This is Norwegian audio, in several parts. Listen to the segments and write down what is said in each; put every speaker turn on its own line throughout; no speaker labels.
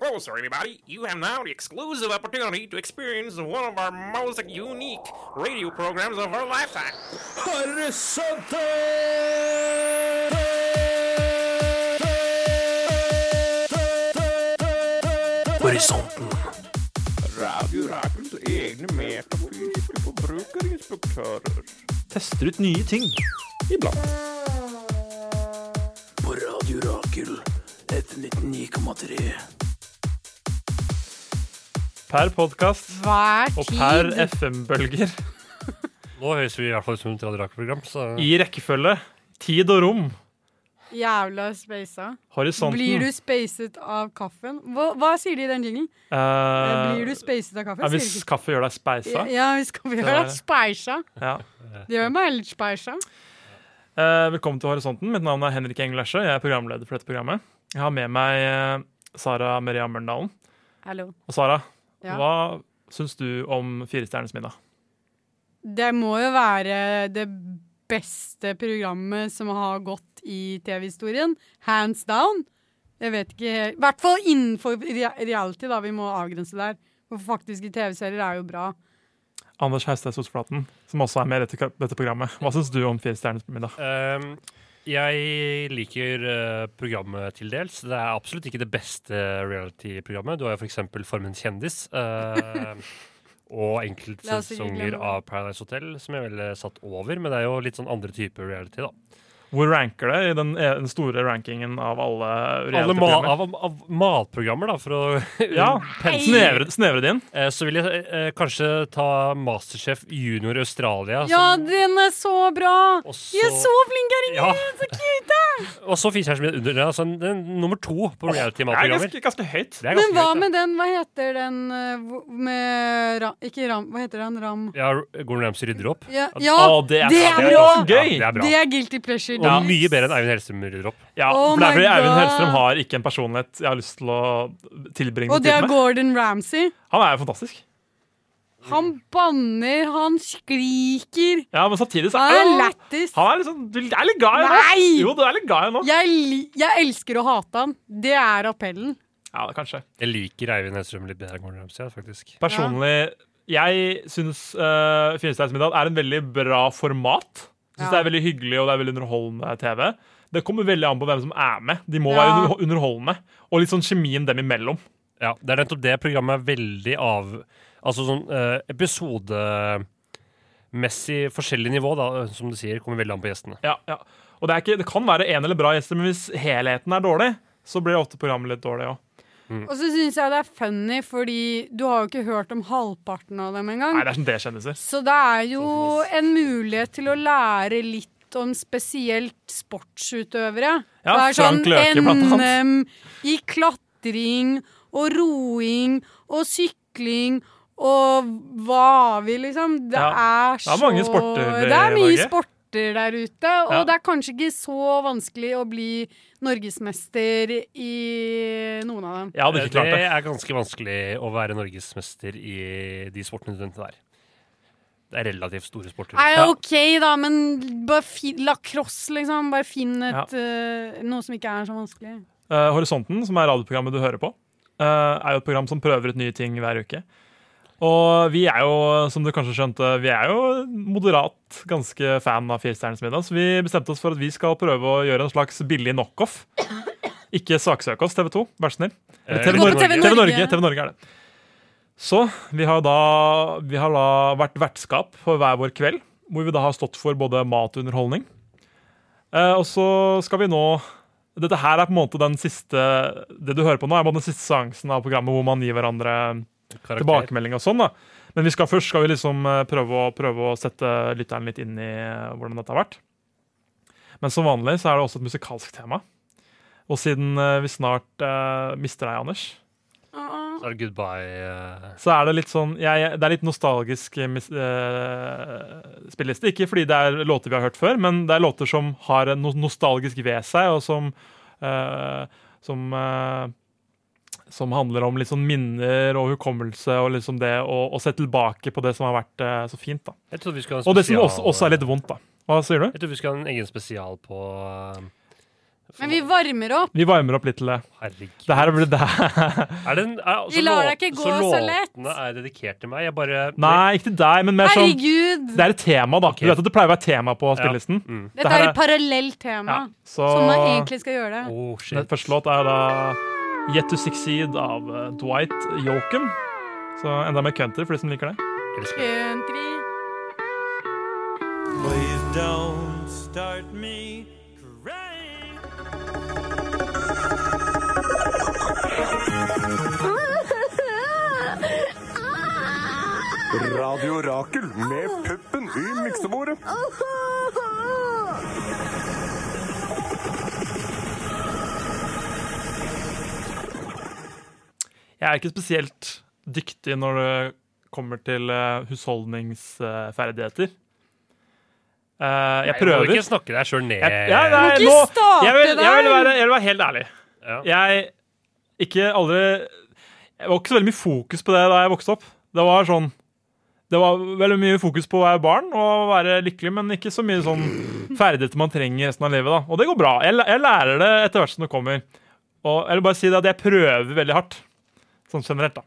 closer, everybody. You have now the exclusive opportunity to experience one of our most unique radio programs of our lifetime.
Horisonte!
Horisonten.
Radio Rakels egne metafysiske forbrukerinspektører.
Tester ut nye ting.
Iblant.
På Radio Rakel. Etter 99,3.
Per podkast
Hver
og
tid.
per FM-bølger.
Nå høres vi i hvert fall ut som et Radio Rakel-program, så
I rekkefølge. Tid og rom.
Jævla spasa.
Horisonten.
Blir du spacet av kaffen? Hva, hva sier de i den jinglen?
Eh,
Blir du spacet av kaffen?
ja, hvis
Sier de ikke.
kaffe gjør deg speisa?
Ja, hvis kaffe gjør deg speisa.
Ja.
Det gjør meg litt speisa.
Eh, velkommen til Horisonten. Mitt navn er Henrik Engelesje. Jeg er programleder for dette programmet. Jeg har med meg eh, Sara Maria Mørndalen.
Hallo.
Og Sara,
Ja.
hva syns du om Firestjerners middag?
Det må jo være det beste programmet som har gått i TV-historien. Hands down. Jeg vet ikke helt I hvert fall innenfor rea- reality, da. Vi må avgrense der. For faktiske TV-serier er jo bra.
Anders Haustad Sotflaten, som også er med i dette, dette programmet. Hva syns du om Firestjerners middag?
Ehm, jeg liker eh, programmet til dels. Det er absolutt ikke det beste eh, reality-programmet. Du har jo for eksempel Formen kjendis. eh, og
La oss ikke
enkeltsesonger
glemme det.
av Paradise Hotel, som jeg ville satt over. Men det er jo litt sånn andre typer reality, da.
Hvor ranker det i den, eh, den store rankingen av alle
Alle ma
reality-programmer?
av, av matprogrammer, da, for å
Ja, snevre, snevre det inn.
Eh, Så vil jeg eh, kanskje ta Masterchef Junior Australia.
Ja,
som-
den er så bra!
Altså, og så-
De er så flinke her inne!
Ja.
Så cute!
Og så Fiskeren min under. Altså, den, den, nummer to
Det
på
er
reality-matprogrammer.
ganske, ganske høyt.
Det er ganske
Men hva
greit, det.
med den, hva heter den eh, hvor- med Ram Ikke Ram, hva heter han? Ram...
Ja, Gordon Ramsay rydder opp.
Ja,
Å,
ja
Å, det er,
det er
det er
bra!
ganske gøy!
Ja, det er bra.
Det er guilty pleasure.
Og mye bedre enn Eivind Hellstrøm rydder opp.
Ja,
Oh
for det er
my
fordi Eivind
God.
Hellstrøm har ikke en personlighet jeg har lyst til å tilbringe
Og
min tid
det er
med.
Gordon Ramsay.
Han er jo fantastisk.
Han banner, han skriker.
Ja, men samtidig så
Han
er
er
han
lættis.
Han er liksom Du er litt glad i ham.
Nei!
Jo, du er litt glad i ham nå.
Jeg, li- jeg elsker å hate han. Det er appellen.
Ja, kanskje.
Jeg liker Eivind Hellstrøm litt bedre enn Gordon Ramsay, faktisk.
Personlig jeg syns uh, Finsteinsmiddag er en veldig bra format. Jeg synes
Ja.
Det er veldig hyggelig og det er veldig underholdende TV. Det kommer veldig an på hvem som er med. De må være
Ja.
under- underholdende. Og litt sånn kjemien dem imellom.
Ja, Det er nettopp det programmet er veldig av Altså sånn eh, episodemessig forskjellig nivå, da, som du sier, kommer veldig an på gjestene.
Ja, ja. Og det, er ikke, det kan være en eller bra gjester, men hvis helheten er dårlig, så blir ofte programmet litt dårlig òg.
Mm.
Og så syns jeg det er funny, fordi du har jo ikke hørt om halvparten av dem engang.
Nei, det er sånn D-kjendiser.
Så det er jo
Sånn
en mulighet til å lære litt om spesielt sportsutøvere.
Ja,
det er sånn
Frank Løke, blant annet.
NM i klatring og roing og sykling og hva har vi, liksom? Det
Ja, det
er
er
så
mange sporter i
Det er mye
Norge.
sporter der ute, og
Ja.
det er kanskje ikke så vanskelig å bli norgesmester i noen av dem.
Jeg hadde ikke klart det.
det er ganske vanskelig å være norgesmester i de sportene du nevnte der. Det er relativt store sporter.
Nei,
Ja.
OK, da, men bare fin, lacrosse, liksom. Bare finn et,
Ja.
eh, noe som ikke er så vanskelig.
Eh, Horisonten, som er radioprogrammet du hører på, eh, er jo et program som prøver ut nye ting hver uke. Og vi er jo, som du kanskje skjønte, vi er jo moderat ganske fan av Firestjerners middag, så vi bestemte oss for at vi skal prøve å gjøre en slags billig knockoff. Ikke saksøk oss, TV 2, vær så snill. Eller
Eh,
TV
Gå på
Norge.
TV
TV Norge.
Norge.
TV Norge er det. Så vi har da, vi har da vært vertskap for hver vår kveld, hvor vi da har stått for både mat og underholdning. Eh, og så skal vi nå Dette her er på en måte den siste Det du hører på nå, er på en måte den siste seansen av programmet hvor man gir hverandre
Karakter.
tilbakemelding og sånn. da Men vi skal først skal vi liksom eh, prøve å, prøve å sette lytteren litt inn i eh, hvordan dette har vært. Men som vanlig så er det også et musikalsk tema. Og siden eh, vi snart eh, mister deg, Anders,
Så er det goodbye. eh,
så er det litt sånn jeg, Det er litt nostalgisk eh, mis- eh, spilleliste. Ikke fordi det er låter vi har hørt før, men det er låter som har en no nostalgisk ved seg, og som eh, som, eh, som handler om litt sånn minner og hukommelse og liksom det å, å se tilbake på det som har vært eh, så fint. da.
Jeg trodde vi skulle ha en
Og det som
spesial-
også, også er litt vondt, da. Hva sier du?
Jeg trodde vi skulle ha en egen spesial på eh,
Men vi varmer opp.
Vi varmer opp litt til det.
Herregud.
Det her blir det her.
Er det en, er, altså,
Vi lar deg
låt-
ikke gå så lett.
låtene er dedikert til meg? Jeg bare
Nei, ikke til deg, men mer sånn
Herregud!
Det er et tema, da.
Ok.
Du vet at det pleier å være tema på
Ja.
spillelisten?
Mm.
Dette
her
er
er-
et parallelt tema.
Ja, så
Som man egentlig skal gjøre det.
Oh,
Den
shit.
første låt er da Yet to Succeed av eh, Dwight Yoakam. Så enda mer country for de som liker det.
Elsker det.
Country.
Please don't start me crying.
Radio Rakel med puppen i miksebordet.
Jeg er ikke spesielt dyktig når det kommer til eh, husholdningsferdigheter. Eh, Jeg
Nei, Du må
prøver.
ikke snakke deg sjøl ned.
Jeg- ja,
må
nei,
ikke
nå-
starte
jeg vil, jeg, vil
der.
være, jeg vil være helt ærlig.
Ja.
Jeg ikke aldri Jeg var ikke så veldig mye fokus på det da jeg vokste opp. Det var sånn Det var veldig mye fokus på å være barn og være lykkelig, men ikke så mye sånn ferdigheter man trenger resten av livet. da Og det går bra. Jeg, læ- jeg lærer det etter hvert som det kommer. Og jeg vil bare si det at jeg prøver veldig hardt. Sånn generelt, da.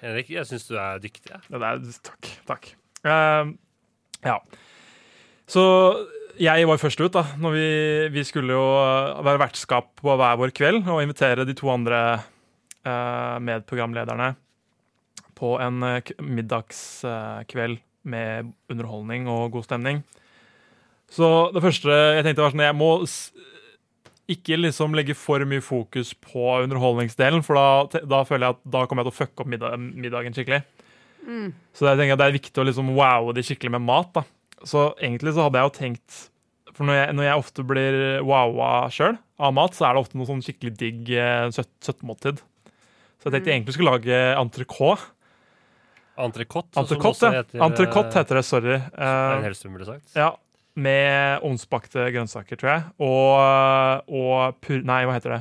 Henrik, jeg syns du er dyktig. jeg.
Ja, det er, takk. takk. Ehm, ja. Så jeg var først ut, da. Når vi, vi skulle jo eh, være vertskap på hver vår kveld og invitere de to andre eh, medprogramlederne på en eh, middagskveld med underholdning og god stemning. Så det første jeg tenkte, var sånn Jeg må s ikke liksom legge for mye fokus på underholdningsdelen, for da, da føler jeg at da kommer jeg til å fucke opp middag, middagen skikkelig. Så jeg tenker at det er viktig å liksom wowe de skikkelig med mat. da. Så egentlig så hadde jeg jo tenkt For når jeg, når jeg ofte blir wowa sjøl av mat, så er det ofte noe sånn skikkelig digg eh, søtt, søttmåltid. Så jeg tenkte
Mm.
jeg egentlig skulle lage entrecôte.
Entrecôte. som
Entrecôte
også
ja.
heter, eh,
Entrecôte heter det, sorry.
Er det
Eh,
helt ville sagt?
ja, Med ovnsbakte grønnsaker, tror jeg. Og, og pur... Nei, hva heter det?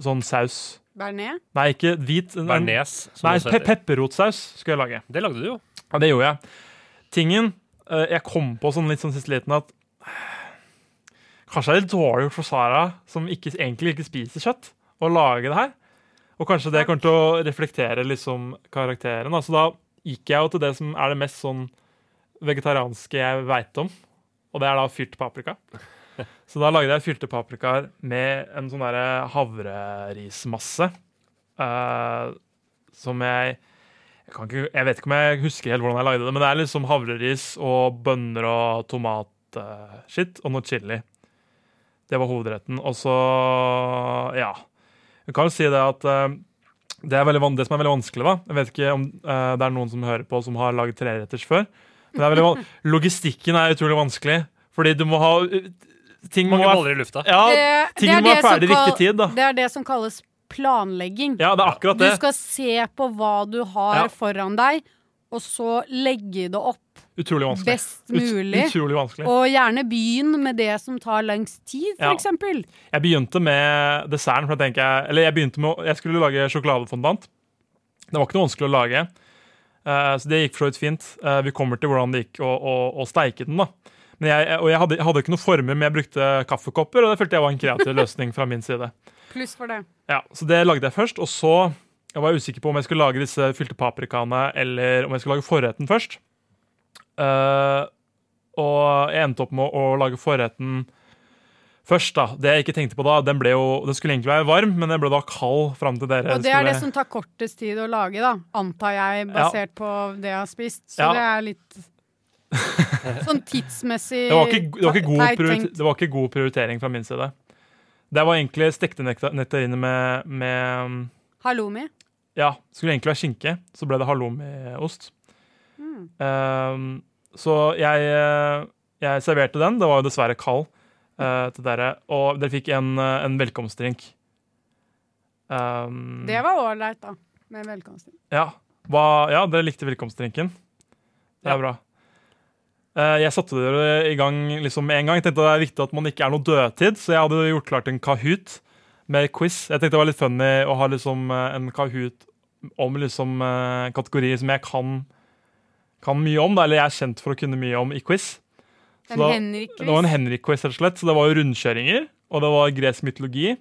Sånn saus.
Bernet.
Nei, ikke hvit. en-
Bernes. som
Nei,
også
pe
heter.
pepperrotsaus skulle jeg lage.
Det lagde du jo.
Ja, det gjorde jeg. Tingen eh, jeg kom på sånn litt sånn siste liten at kanskje det er litt dårlig gjort for Sara, som ikke, egentlig ikke spiser kjøtt, å lage det her. Og kanskje det kommer til å reflektere liksom karakteren. Da. Så da gikk jeg jo til det som er det mest sånn vegetarianske jeg veit om, og det er da fyrt paprika. Så da lagde jeg fylte paprikaer med en sånn derre havrerismasse eh, som jeg jeg, kan ikke, jeg vet ikke om jeg husker helt hvordan jeg lagde det, men det er liksom havreris og bønner og tomatskitt og noe chili. Det var hovedretten. Og så, ja Du kan jo si det at eh, det, er veldig, van- det som er veldig vanskelig, da Jeg vet ikke om eh, det er noen som hører på som har laget treretters før. Men det er veldig van logistikken er utrolig vanskelig, fordi du må ha Ting må
Mange
være-
baller i lufta.
Ja,
Eh, det
tingene må
er det
være
som
ferdig i riktig
kall-
tid, da.
Det er det som kalles planlegging.
Ja, det er akkurat
Du
det.
skal se på hva du har
Ja.
foran deg, og så legge det opp
Utrolig vanskelig.
best
Ut-
mulig.
Utrolig vanskelig.
Og gjerne begynn med det som tar lengst tid,
Ja.
for eksempel.
Jeg begynte med desserten, for da tenker jeg, eller jeg begynte med, å- jeg skulle lage sjokoladefondant. Det var ikke noe vanskelig å lage, eh, så det gikk for så vidt fint. Eh, vi kommer til hvordan det gikk å, å, å steike den, da. Men jeg, og jeg hadde, jeg hadde ikke noen former, men jeg brukte kaffekopper, og det følte jeg var en kreativ løsning fra min side.
Pluss for det.
Ja, så det lagde jeg først, og så jeg var jeg usikker på om jeg skulle lage disse fylte paprikaene, eller om jeg skulle lage forretten først. Eh, og jeg endte opp med å, å lage forretten først, da. Det jeg ikke tenkte på da, den, ble jo, den skulle egentlig være varm, men den ble da kald fram til dere.
Og det er
skulle-
det som tar kortest tid å lage, da. Antar jeg, basert på det jeg har spist. Så
Ja.
det er litt Sånn tidsmessig
det, var ikke, det, var ikke god
teit
priori-
tenkt.
det var ikke god prioritering fra min side. Det var egentlig stekte nekta- nektariner med, med um,
Halloumi.
Ja, skulle egentlig være skinke, så ble det halloumiost. Um, så jeg, eh, jeg serverte den. Det var jo dessverre kald eh, til dere. Og dere fikk en, eh, en velkomstdrink. Um,
Det var ålreit, da. Med velkomst.
ja. Hva, ja, dere likte velkomstdrinken. Det er bra. Eh, jeg satte dere i gang liksom med en gang. Jeg tenkte det er viktig at man ikke er noe dødtid, så jeg hadde gjort klart en Kahoot med quiz. Jeg tenkte det var litt funny å ha liksom eh, en Kahoot om liksom eh, kategorier som jeg kan, kan mye om, da, eller jeg er kjent for å kunne mye om i quiz. Så
En
da-
Henrik-quiz.
det var en Henrik-quiz, rett og slett. Så det var jo rundkjøringer og det var gresk mytologi.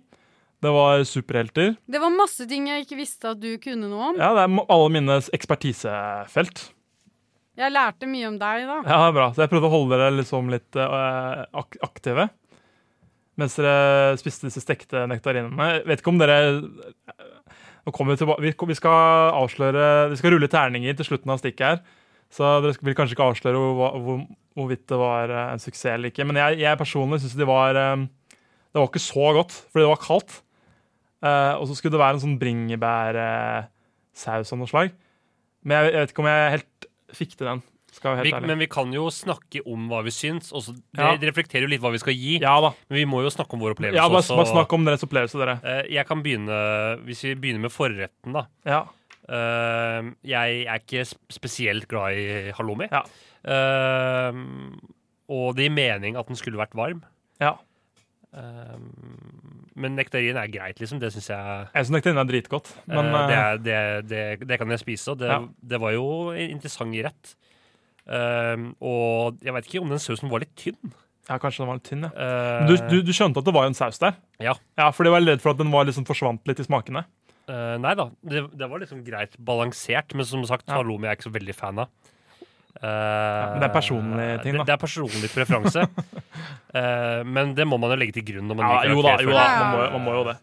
Det var superhelter.
Det var masse ting jeg ikke visste at du kunne noe om.
Ja, Det er ma- alle mine ekspertisefelt.
Jeg lærte mye om deg, da.
Ja, det er bra. Så jeg prøvde å holde dere liksom litt eh, ak aktive. Mens dere spiste disse stekte nektarinene. Jeg Vet ikke om dere Nå kommer vi tilbake vi, kom- vi skal avsløre Vi skal rulle terninger til slutten av stikket her. Så dere skal- vil kanskje ikke avsløre hvor, hvor, hvorvidt det var eh, en suksess eller ikke. Men jeg, jeg personlig syns de var eh, Det var ikke så godt, fordi det var kaldt. Eh, og så skulle det være en sånn bringebærsaus av noe slag. Men jeg, jeg vet ikke om jeg helt fikk til den. Skal jeg være
Vi,
helt ærlig.
men vi kan jo snakke om hva vi syns. og så- det,
Ja.
det reflekterer jo litt hva vi skal gi.
Ja da.
Men vi må jo snakke om vår opplevelse
Ja, bare,
også.
bare snakk om deres opplevelse, dere.
Eh, Jeg kan begynne, Hvis vi begynner med forretten, da.
Ja.
Eh, Jeg er ikke sp- spesielt glad i halloumi.
Ja.
Eh, Og det gir mening at den skulle vært varm.
ja.
Eh, Men nektarin er greit, liksom. Det syns jeg
Jeg syns nektarinen er dritgodt, men
Eh, det,
eh,
er, det, det, det kan jeg spise, og det,
Ja.
det var jo en interessant rett. Ehm, og jeg veit ikke om den sausen var litt tynn.
ja, kanskje den var litt tynn, ja. Men
Eh,
Du, du, du skjønte at det var en saus der?
Ja.
ja fordi jeg var redd for at den var liksom forsvant litt i smakene?
eh, nei da, det, det var liksom greit balansert, men som sagt,
Ja.
halloumi er jeg ikke så veldig fan av. Eh,
men det er personlig ting, da.
Det, det er personlig preferanse. Eh, men det må man jo legge til grunn. Når man
Ja,
liker
jo da,
karakter
jo
for-
da, man må, man må jo det.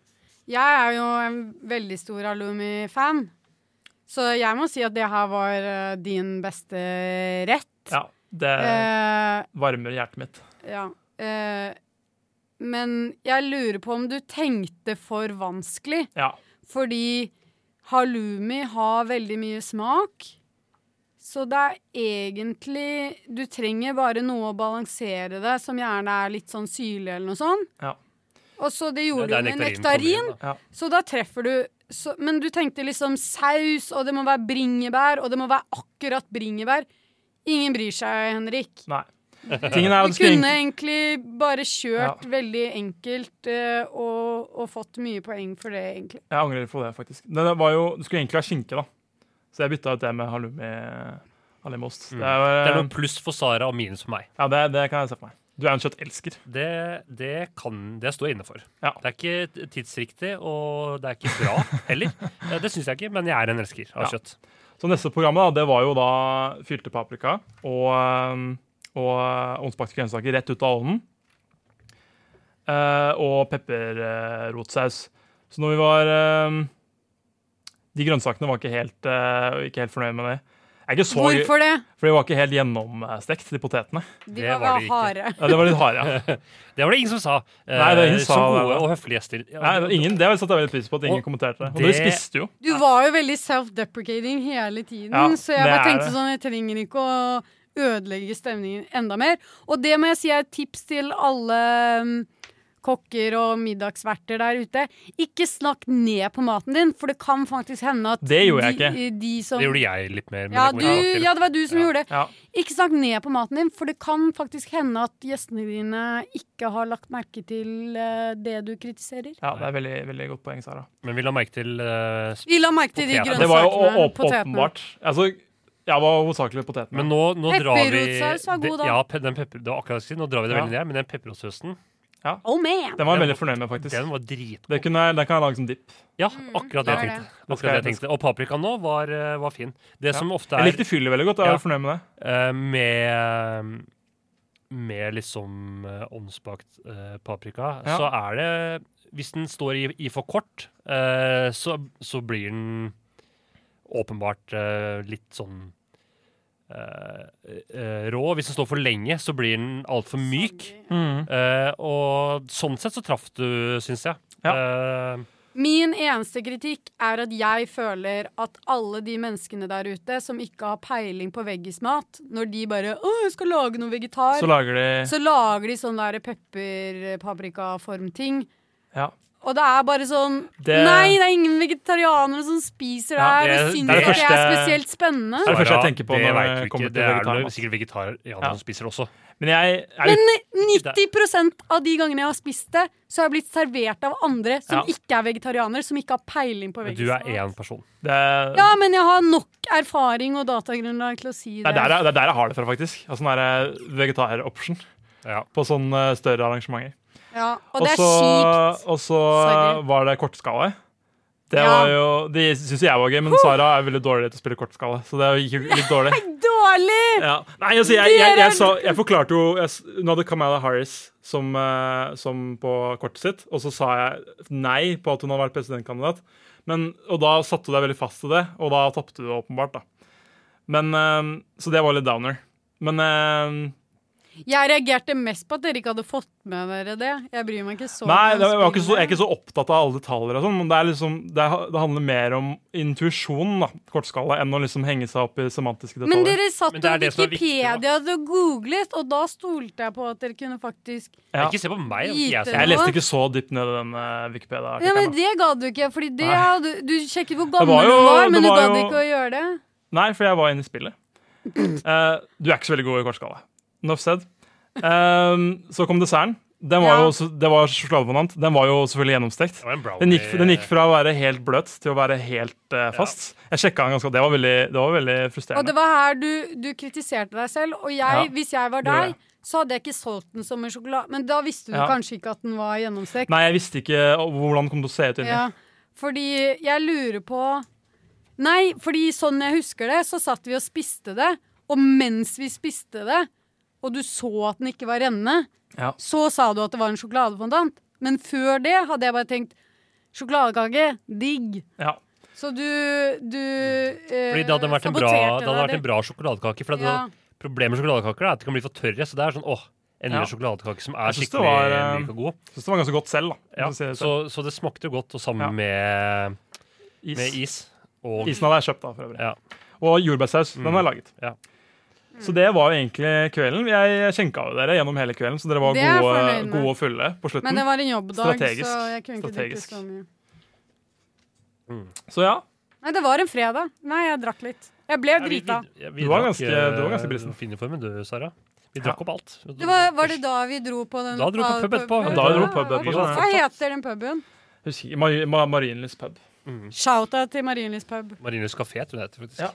Jeg er jo en veldig stor Alumi-fan, så jeg må si at det her var eh, din beste rett.
Ja, Det
Eh,
varmer hjertet mitt.
ja. Eh, men jeg lurer på om du tenkte for vanskelig,
Ja.
fordi halloumi har veldig mye smak. Så det er egentlig Du trenger bare noe å balansere det, som gjerne er litt sånn syrlig eller noe sånt.
Ja.
Og så det
Det
gjorde
er
du
der
med
kommer inn,
nektarin.
da.
Så da treffer du så, Men du tenkte liksom saus, og det må være bringebær, og det må være akkurat bringebær. Ingen bryr seg, Henrik.
Nei. Tingen er
Du
at du skal
kunne
egentlig-
egentlig bare kjørt
Ja.
veldig enkelt eh, og, og fått mye poeng for det, egentlig.
Jeg angrer litt på det, faktisk. Det det var jo, du skulle egentlig ha skinke, da. Så jeg bytta ut det med halloumi halloumiost. Det, er jo-
Mm.
eh,
Det er noe pluss for Sara og minus for meg.
ja, det, det kan jeg se for meg. Du er en kjøttelsker.
Det, det, kan, det står jeg inne for.
Ja.
Det er ikke t- tidsriktig, og det er ikke bra heller. Eh, Det syns jeg ikke, men jeg er en elsker av
Ja.
kjøtt.
Så neste programmet da, det var jo da fylte paprika og, øhm, og øh, ovnsbakte grønnsaker rett ut av ovnen. Eh, og pepperrotsaus. Så når vi var øhm, De grønnsakene var ikke helt, øh, ikke helt fornøyd med det. Jeg er ikke så,
Hvorfor det?
For de var ikke helt gjennomstekt, de potetene.
De
Det
var,
var det ikke.
harde.
Ja, det var litt harde, ja.
Det var det ingen som sa. eh,
Nei, det var ingen som
som
sa det,
gode
da.
og høflige gjester. Ja,
Nei, ingen, det satte jeg veldig pris på at ingen
Og
kommenterte det. Og dere
det-
spiste jo.
Du var jo veldig self-deprecating hele tiden,
Ja,
så jeg
det
bare
er
tenkte
det.
sånn Jeg trenger ikke å ødelegge stemningen enda mer. Og det må jeg si er et tips til alle mm, kokker og middagsverter der ute. Ikke snakk ned på maten din, for det kan faktisk hende at
Det gjorde jeg
de,
ikke.
de som
Det gjorde jeg litt mer. men
ja,
det kommer
du,
jeg tilbake til.
ja, det var du som
Ja.
gjorde det.
Ja.
Ikke snakk ned på maten din, for det kan faktisk hende at gjestene dine ikke har lagt merke til eh, det du kritiserer.
ja, det er veldig, veldig godt poeng, Sara.
Men vi la merke til eh, sp-
Vi la merke til de
Potetene.
Det var jo
grønnsakene.
å- åp- åpenbart. Altså, jeg var hovedsakelig potetene.
Men nå, nå drar vi
Pepperrotsaus var god,
det-
da.
Ja, pe- den pepper, det var akkurat det jeg skulle si. Nå drar vi det
Ja.
veldig ned, men den pepperrotsausen,
Oh man!
Den var jeg
Den-
veldig fornøyd med, faktisk.
den var dritgod.
Det kunne jeg, den kan jeg lage sånn som dipp.
Ja, akkurat det
Mm, det
jeg
var
tenkte.
Nå
Akkurat det
skal
jeg
jeg-
tenkte. Og paprika nå var, eh, var fin. Det som ofte
Jeg
er
likte fyller veldig godt. Jeg
Ja.
var fornøyd med det.
Eh, med med liksom eh, ovnsbakt eh, paprika,
Ja.
så er det Hvis den står i, i for kort, eh, så, så blir den åpenbart eh, litt sånn eh, eh, rå. Hvis den står for lenge, så blir den altfor
Sånn.
myk. Eh, og sånn sett så traff du, syns jeg. Eh,
Min eneste kritikk er at jeg føler at alle de menneskene der ute som ikke har peiling på veggismat, når de bare 'Å, jeg skal lage noe vegetar',
Så
så,
lager de
lager de sånn der pepper-paprikaform-ting.
Ja.
Og det er bare sånn
Det-
Nei, det er ingen vegetarianere som spiser det
Ja,
her, og
det-
syns
det er
ikke det er
første-
spesielt spennende.
det første jeg
Sara,
tenker på når det
det vet du
kommer til
ikke. Det er det
vegetarmat.
noe- sikkert vegetarianere
Ja.
som spiser også.
Men jeg er
Men
jo
90 av de gangene jeg har spist det, så har jeg blitt servert av andre som
Ja.
ikke er vegetarianere, som ikke har peiling på
Men du er
veggismat.
én person.
det,
Ja, men jeg har nok erfaring og datagrunnlag til å si
det,
det.
er der, jeg- det er der jeg har det fra, faktisk. Altså, sånn der, eh, Vegetaroption
Ja.
på sånne eh, større arrangementer.
Ja, og
Og
det er
så-
kjipt.
Og så
Sorry.
var det kortskala. Det,
Ja.
var jo, det syns jeg var gøy, men Sara er veldig dårlig til å spille kortskala. Så det gikk jo litt dårlig.
Dårlig!
Ja. Nei, altså, jeg, jeg, jeg,
Dere-
sa, jeg forklarte jo jeg, s- Hun hadde Kamala Harris som, eh, som på kortet sitt, og så sa jeg nei på at hun hadde vært presidentkandidat. Men, og da satte du deg veldig fast til det, og da tapte du åpenbart, da. Men, eh, så det var litt downer. Men eh,
Jeg reagerte mest på at dere ikke hadde fått med dere det. Jeg bryr meg ikke så
Nei,
mye om
det, jeg, var ikke så, jeg er
spillet.
ikke så opptatt av alle detaljer og sånn, men det, er liksom, det, er- det handler mer om intuisjonen, da, kortskala, enn å liksom henge seg opp i semantiske
Men
detaljer.
dere satt
Men det er
på
det som er viktig, da.
Wikipedia og googlet, og da stolte jeg på at dere kunne faktisk
Ja.
Ikke se på meg.
Lite
Jeg,
Jeg
ser-
leste ikke så dypt ned i den eh,
Ja, men
Wikipedia-artikkelen. da.
det ga du ikke, fordi det
Nei.
hadde, du sjekket hvor gammel
var jo-
du var, men
det
du
var jo-
gadd ikke å gjøre det.
Nei, for jeg var inne i spillet. Eh, du er ikke så veldig god i kortskala. Enough said. Ehm, så kom desserten. Den var
Ja.
jo, også- det var sjokoladebanan. Den var jo selvfølgelig gjennomstekt.
Det var en brownie.
Den gikk, den gikk fra å være helt bløt til å være helt eh, fast. Jeg sjekka den ganske Det var veldig, det var veldig
Og
frustrerende.
det var her du, du kritiserte deg selv, og jeg,
Ja,
hvis jeg var
det gjorde
deg, så hadde jeg ikke solgt den som en sjokolade. Men da visste du
Ja.
kanskje ikke at den var gjennomstekt.
Nei, jeg visste ikke hvordan den kom til å se ut inni.
Ja, fordi jeg lurer på Nei, fordi sånn jeg husker det, så satt vi og spiste det. Og mens vi spiste det, og du så at den ikke var rennende,
Ja.
så sa du at det var en sjokoladefondant. Men før det hadde jeg bare tenkt sjokoladekake, digg.
Ja.
Så du, du eh,
Fordi det hadde vært en bra,
saboterte
det hadde vært
deg
en bra sjokoladekake. For det
Ja.
Problemet med sjokoladekaker er at de kan bli for tørre. Så det er sånn, åh, endelig
Ja.
sjokoladekake som er
Jeg synes det
skikkelig
var, eh,
myk og god.
Syns det var ganske godt selv, da.
Ja,
Hvis jeg
så, så det smakte jo godt, og sammen
Ja.
med,
sier det selv.
med
is.
is. Og
Isen hadde jeg kjøpt, da, for øvrig.
Ja. Mm.
Og jordbærsaus. Den har jeg laget.
Ja.
Så det var jo egentlig kvelden. Jeg skjenka jo dere gjennom hele kvelden, så dere var
Det er jeg
gode,
fornøyd med.
gode og fulle på
Men
slutten.
det var en jobbdag,
Strategisk.
så jeg kunne ikke drikke
Strategisk.
så mye.
Så ja,
Nei, det var en fredag. Nei, jeg drakk litt. Jeg ble
Ja, vi-
drita.
vi- ja, vi
Du var
drakk,
ganske-
eh,
du var ganske brisen.
Fin i formen, du, Sara. Vi
Ja.
drakk opp alt.
Det var, var det da vi dro på den
Da dro vi på
ah,
pub etterpå.
puben?
Da dro vi
Ja,
på pub
hva-
etterpå,
Hva
sånn, ja.
heter den puben?
husker ikke. Ma- Ma- Marienlyst pub.
Shout-out til Marienlyst pub.
Marienlyst kafé, tror jeg det heter. faktisk.
Ja.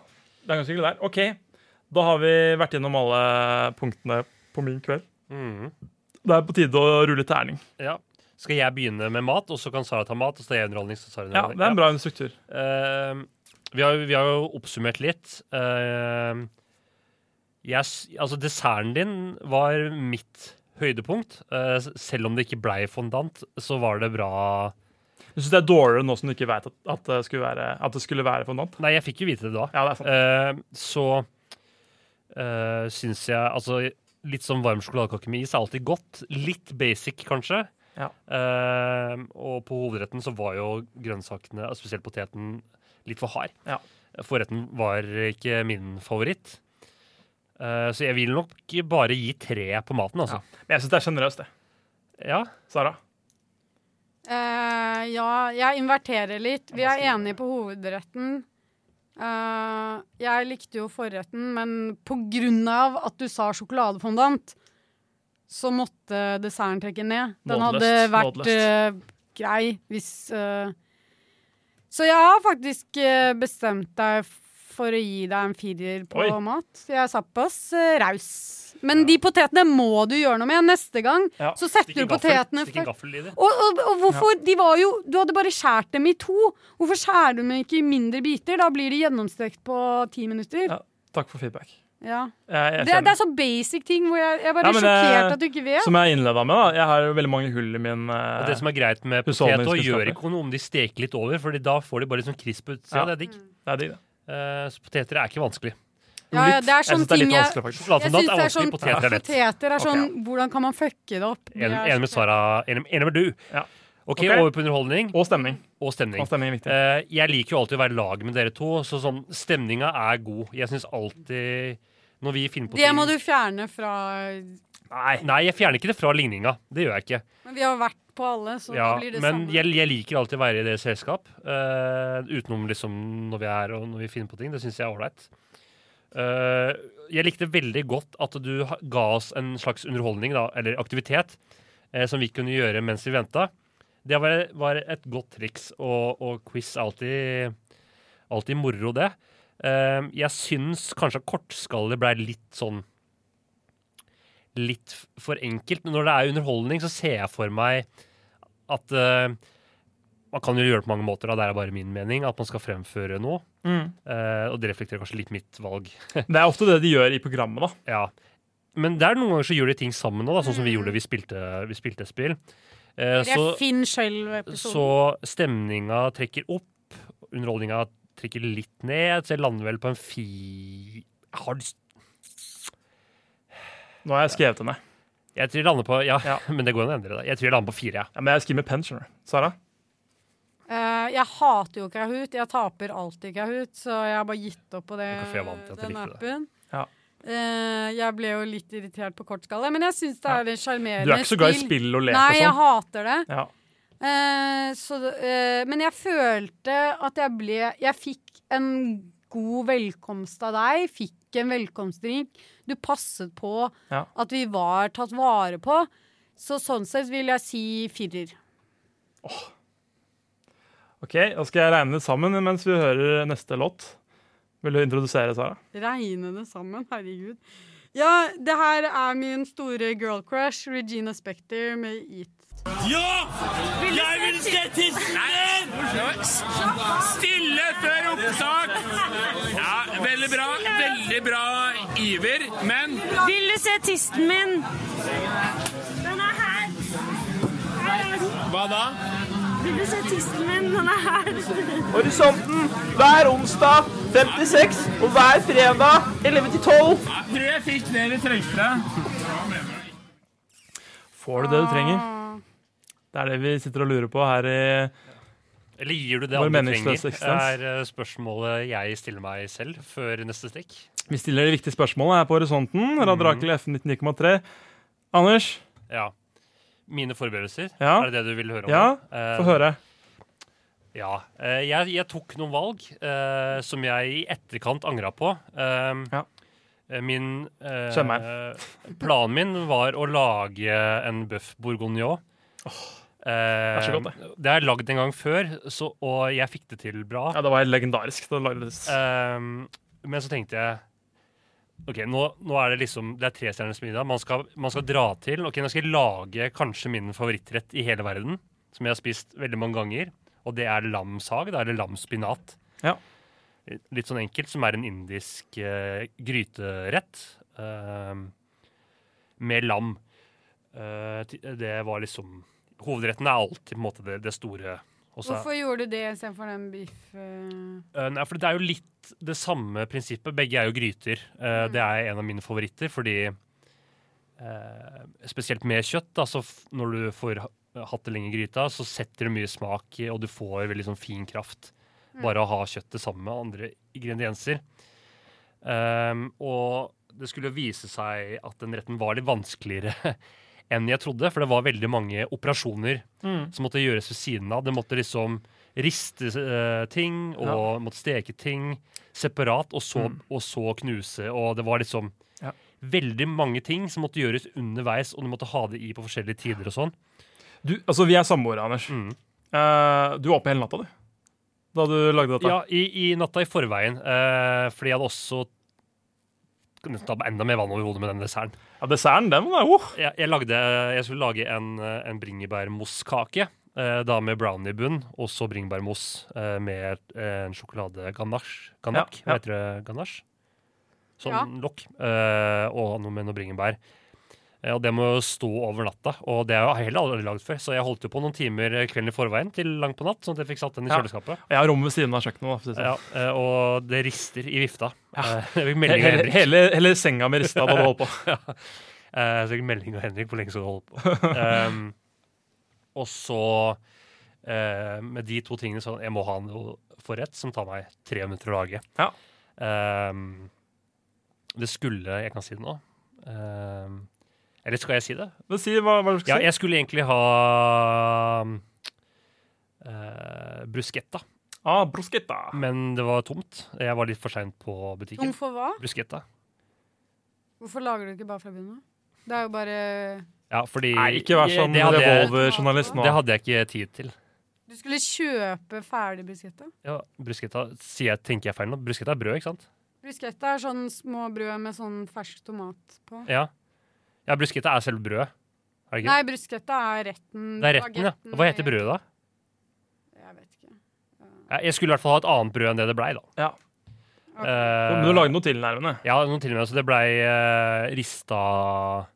Det er ganske hyggelig der. OK, da har vi vært gjennom alle punktene på min kveld.
Mhm.
Det er på tide å rulle terning.
Ja. Skal jeg begynne med mat, og så kan Sara ta mat? og så tar jeg underholdning, så Sara
Ja,
underholdning.
Det er en bra struktur.
Eh, vi, har, vi har jo oppsummert litt. Eh, jeg, s- altså desserten din var mitt høydepunkt. Eh, s- selv om det ikke blei fondant, så var det bra
Du syns det er dårligere nå som du ikke veit at, at, det skulle være- at det skulle være fondant?
Nei, jeg fikk jo vite det da.
Ja, det er sant.
Eh, så uh, syns jeg Altså, litt sånn varm sjokoladekake med is er alltid godt. Litt basic, kanskje.
Ja.
Eh, og på hovedretten så var jo grønnsakene, og spesielt poteten, litt for hard.
Ja.
Forretten var ikke min favoritt. Eh, så jeg vil nok bare gi tre på maten, altså.
Men jeg syns det er sjenerøst, det.
Ja.
Sara.
Eh, ja, jeg inverterer litt. Vi er enige på hovedretten. Eh, jeg likte jo forretten, men på grunn av at du sa sjokoladefondant, så måtte desserten trekke ned. Den hadde
Nådeløst,
vært eh, grei hvis eh, Så jeg har faktisk eh, bestemt deg for å gi deg en firer på
Oi.
mat. Jeg er såpass eh, raus. Men de potetene må du gjøre noe med. Neste gang
Ja,
så setter
Stikk
du
en gaffel,
potetene
stikk en gaffel i det.
og, og, og hvorfor? De var jo Du hadde bare skåret dem i to. Hvorfor skjærer du dem ikke i mindre biter? Da blir de gjennomstekt på ti minutter.
Ja. Takk for feedback.
Ja.
Jeg, jeg
Det, er-
kjenner-
det er så basic ting hvor jeg, jeg er bare
Ja, men det-
sjokkert at du ikke vet.
Som jeg innleda med, da. Jeg har jo veldig mange hull i min eh,
Og det som er greit med potet, og gjør
Husholdningskunnskaper.
ikke noe om de steker litt over, Fordi da får de bare litt sånn krisp ut. Så ja,
Ja.
det er
Mm.
digg.
Det er digg, det.
Eh, så poteter er ikke vanskelig.
Ja, ja, det er
Jeg
sånne
synes det er
ting
litt
jeg
vanskelig, faktisk.
jeg
Flatfondant
synes
er
det er
vanskelig,
sånn
poteter er lett.
Poteter er sånn Hvordan kan man fucke det opp?
Enig
Jeg er
enig med Sara. Enig enig med du.
Ja.
OK,
Ok.
over på underholdning
Og stemning.
og stemning.
Og stemning er viktig.
Eh, jeg liker jo alltid å være i lag med dere to, så sånn, stemninga er god. Jeg syns alltid Når vi finner på
Det
ting
må du fjerne fra
Nei. Nei, jeg fjerner ikke det fra ligninga. Det gjør jeg ikke.
Men vi har vært på alle, så
Ja,
da blir det
men
samme.
jeg, jeg liker alltid å være i deres selskap. eh, utenom liksom når vi er og når vi finner på ting. Det syns jeg er ålreit. Eh, jeg likte veldig godt at du ha- ga oss en slags underholdning, da, eller aktivitet, eh, som vi kunne gjøre mens vi venta. Det var, var et godt triks, og, og quiz er alltid, alltid moro, det. Eh, jeg syns kanskje at kortskallet blei litt sånn litt f- for enkelt. Men når det er underholdning, så ser jeg for meg at eh, Man kan jo gjøre det på mange måter, da. det er bare min mening, at man skal fremføre noe.
Mm.
eh, og det reflekterer kanskje litt mitt valg.
Det er ofte det de gjør i programmet, da.
Ja. Men det er noen ganger så gjør de ting sammen nå, da, sånn som vi gjorde det vi spilte, vi spilte spill. Eh,
Det er Finn Schjell-episoden.
så stemninga trekker opp, underholdninga trekker litt ned, så jeg lander vel på en fi... Jeg Har du
Nå har jeg skrevet det ned.
Jeg tror jeg lander på Ja,
Ja.
men det går an å endre det. Jeg tror jeg lander på fire, ja.
Ja, men jeg skriver med penn, skjønner du. Sara?
Eh, jeg hater jo Kahoot. Jeg taper alltid Kahoot, så jeg har bare gitt opp på det,
Hvorfor jeg vant til at jeg
den
likte det?
appen.
Ja.
Eh, jeg ble jo litt irritert på kortskalle, men jeg syns det
Ja.
er et sjarmerende
Du er ikke så glad i spill og lek
Nei, jeg
og sånn?
hater det.
Ja.
Eh, så, eh, men jeg følte at jeg ble Jeg fikk en god velkomst av deg. Fikk en velkomstdrink. Du passet på
Ja.
at vi var tatt vare på. Så sånn sett vil jeg si firer.
OK, da skal jeg regne det sammen mens vi hører neste låt. Vil du introdusere, Sara?
Regne det sammen, herregud. Ja, det her er min store girl crush, Regina Spekter med Eat.
Jeg vil se tissen din! Stille før opptak! Ja, veldig bra. Veldig bra iver, men
Vil du se tisten min? Den er her. Her er den.
Hva da?
Vil du se tisten min? Den er her.
Horisonten hver onsdag 56 og hver fredag 11 til 12.
Jeg tror jeg fikk det vi trengte.
Får du det du trenger? Det er det vi sitter og lurer på her i
Eller gir du det
Vår
andre
meningsløse
trenger?
eksistens.
er eh, spørsmålet jeg stiller meg selv før neste stikk.
Vi stiller de viktige spørsmålene her på horisonten.
Mhm.
Radrakele FN 99,3. Anders,
Ja. Mine forberedelser,
Ja.
er det det du vil høre om?
Ja,
Eh,
få høre.
Ja. Eh, jeg, jeg tok noen valg eh, som jeg i etterkant angra på. Eh,
Ja.
eh, Min eh,
Skjønner
Planen min var å lage en bøff bourgognon. Eh,
så godt,
det har jeg lagd en gang før, så, og jeg fikk det til bra.
Ja, det var helt legendarisk. Da lagde det
Ehm, men så tenkte jeg Ok, nå, nå er det liksom Det er trestjerners middag. Man skal, man skal dra til. Ok, Nå skal jeg lage kanskje min favorittrett i hele verden, som jeg har spist veldig mange ganger. Og det er lamsag, da, eller lamspinat.
Ja.
Litt sånn enkelt, som er en indisk eh, gryterett ehm, med lam. Eh, ti- det var liksom Hovedretten er alltid på en måte det, det store. og så-
Hvorfor gjorde du det istedenfor den biff... eh?
Eh, Nei, for det er jo litt det samme prinsippet. Begge er jo gryter. Eh, Det er en av mine favoritter, fordi eh, Spesielt med kjøtt, da, så f- når du får ha- hatt det lenge i gryta, så setter det mye smak, i, og du får veldig sånn fin kraft. Bare å ha kjøttet sammen med andre ingredienser. Ehm, og det skulle vise seg at den retten var litt vanskeligere enn jeg trodde, for det var veldig mange operasjoner som måtte gjøres ved siden av. Det måtte liksom riste eh, ting, og måtte steke ting separat, og så, og så knuse, og det var liksom
Ja.
veldig mange ting som måtte gjøres underveis, og du måtte ha det i på forskjellige tider og sånn.
Du, altså, vi er samboere, Anders. Eh, du var oppe hele natta, du. Da du lagde dette.
Ja, i, i natta i forveien, eh, fordi jeg hadde også Skal nesten ta enda mer vann over hodet med den desserten.
Ja, desserten, den var oh.
jeg, jeg, lagde, jeg skulle lage en, eh, en bringebærmosskake. Eh, da med brownie i bunn, og så bringebærmos eh, med eh, en sjokoladeganache. Ganak,
Ja, ja.
heter det ganache? Sånn
Ja.
lokk. Eh, og noe med noe bringebær. Eh, og det må jo stå over natta, og det har jeg heller aldri lagd før. Så jeg holdt jo på noen timer eh, kvelden i forveien til langt på natt, sånn at jeg fikk satt den i
Ja.
kjøleskapet.
Jeg har rommet ved siden av kjøkkenet. Da, for å si det sånn.
Ja, eh, og det rister i vifta. Eh, jeg fikk
He-
melding av
hele,
Henrik.
hele, hele senga mi rista da du holdt på.
Eh, så jeg fikk melding av Henrik hvor lenge skal du holde på. Ehm, og så eh, med de to tingene sånn, Jeg må ha noe forrett som tar meg tre minutter å lage.
Ja.
Ehm, det skulle Jeg kan si det nå. Ehm, eller skal jeg si det?
Men si hva, hva du
Ja,
skal si.
jeg skulle egentlig ha eh, bruschetta,
Ah, bruschetta.
men det var tomt. Jeg var litt for seint på butikken.
Hvorfor hva?
Bruschetta.
Hvorfor lager du ikke bare fra bunnen av? Det er jo bare
Ja, fordi
Nei, ikke vær sånn
det hadde jeg-
revolverjournalist nå.
Det hadde jeg ikke tid til.
Du skulle kjøpe ferdig bruschetta.
Ja, bruschetta sier jeg, tenker jeg feil nå. Bruschetta er brød, ikke sant?
Bruschetta er sånn små brød med sånn fersk tomat på.
Ja. Ja, bruschetta er selve brødet. Er det ikke?
Nei, eh, bruschetta er retten.
det er retten, ja.
bagetten
Hva heter
er-
brødet, da?
Jeg vet ikke.
Ja, Jeg skulle i hvert fall ha et annet brød enn det det blei, da.
Ja.
Eh,
Men du lagde noe tilnærmende.
ja, noen til og med, så det blei eh, rista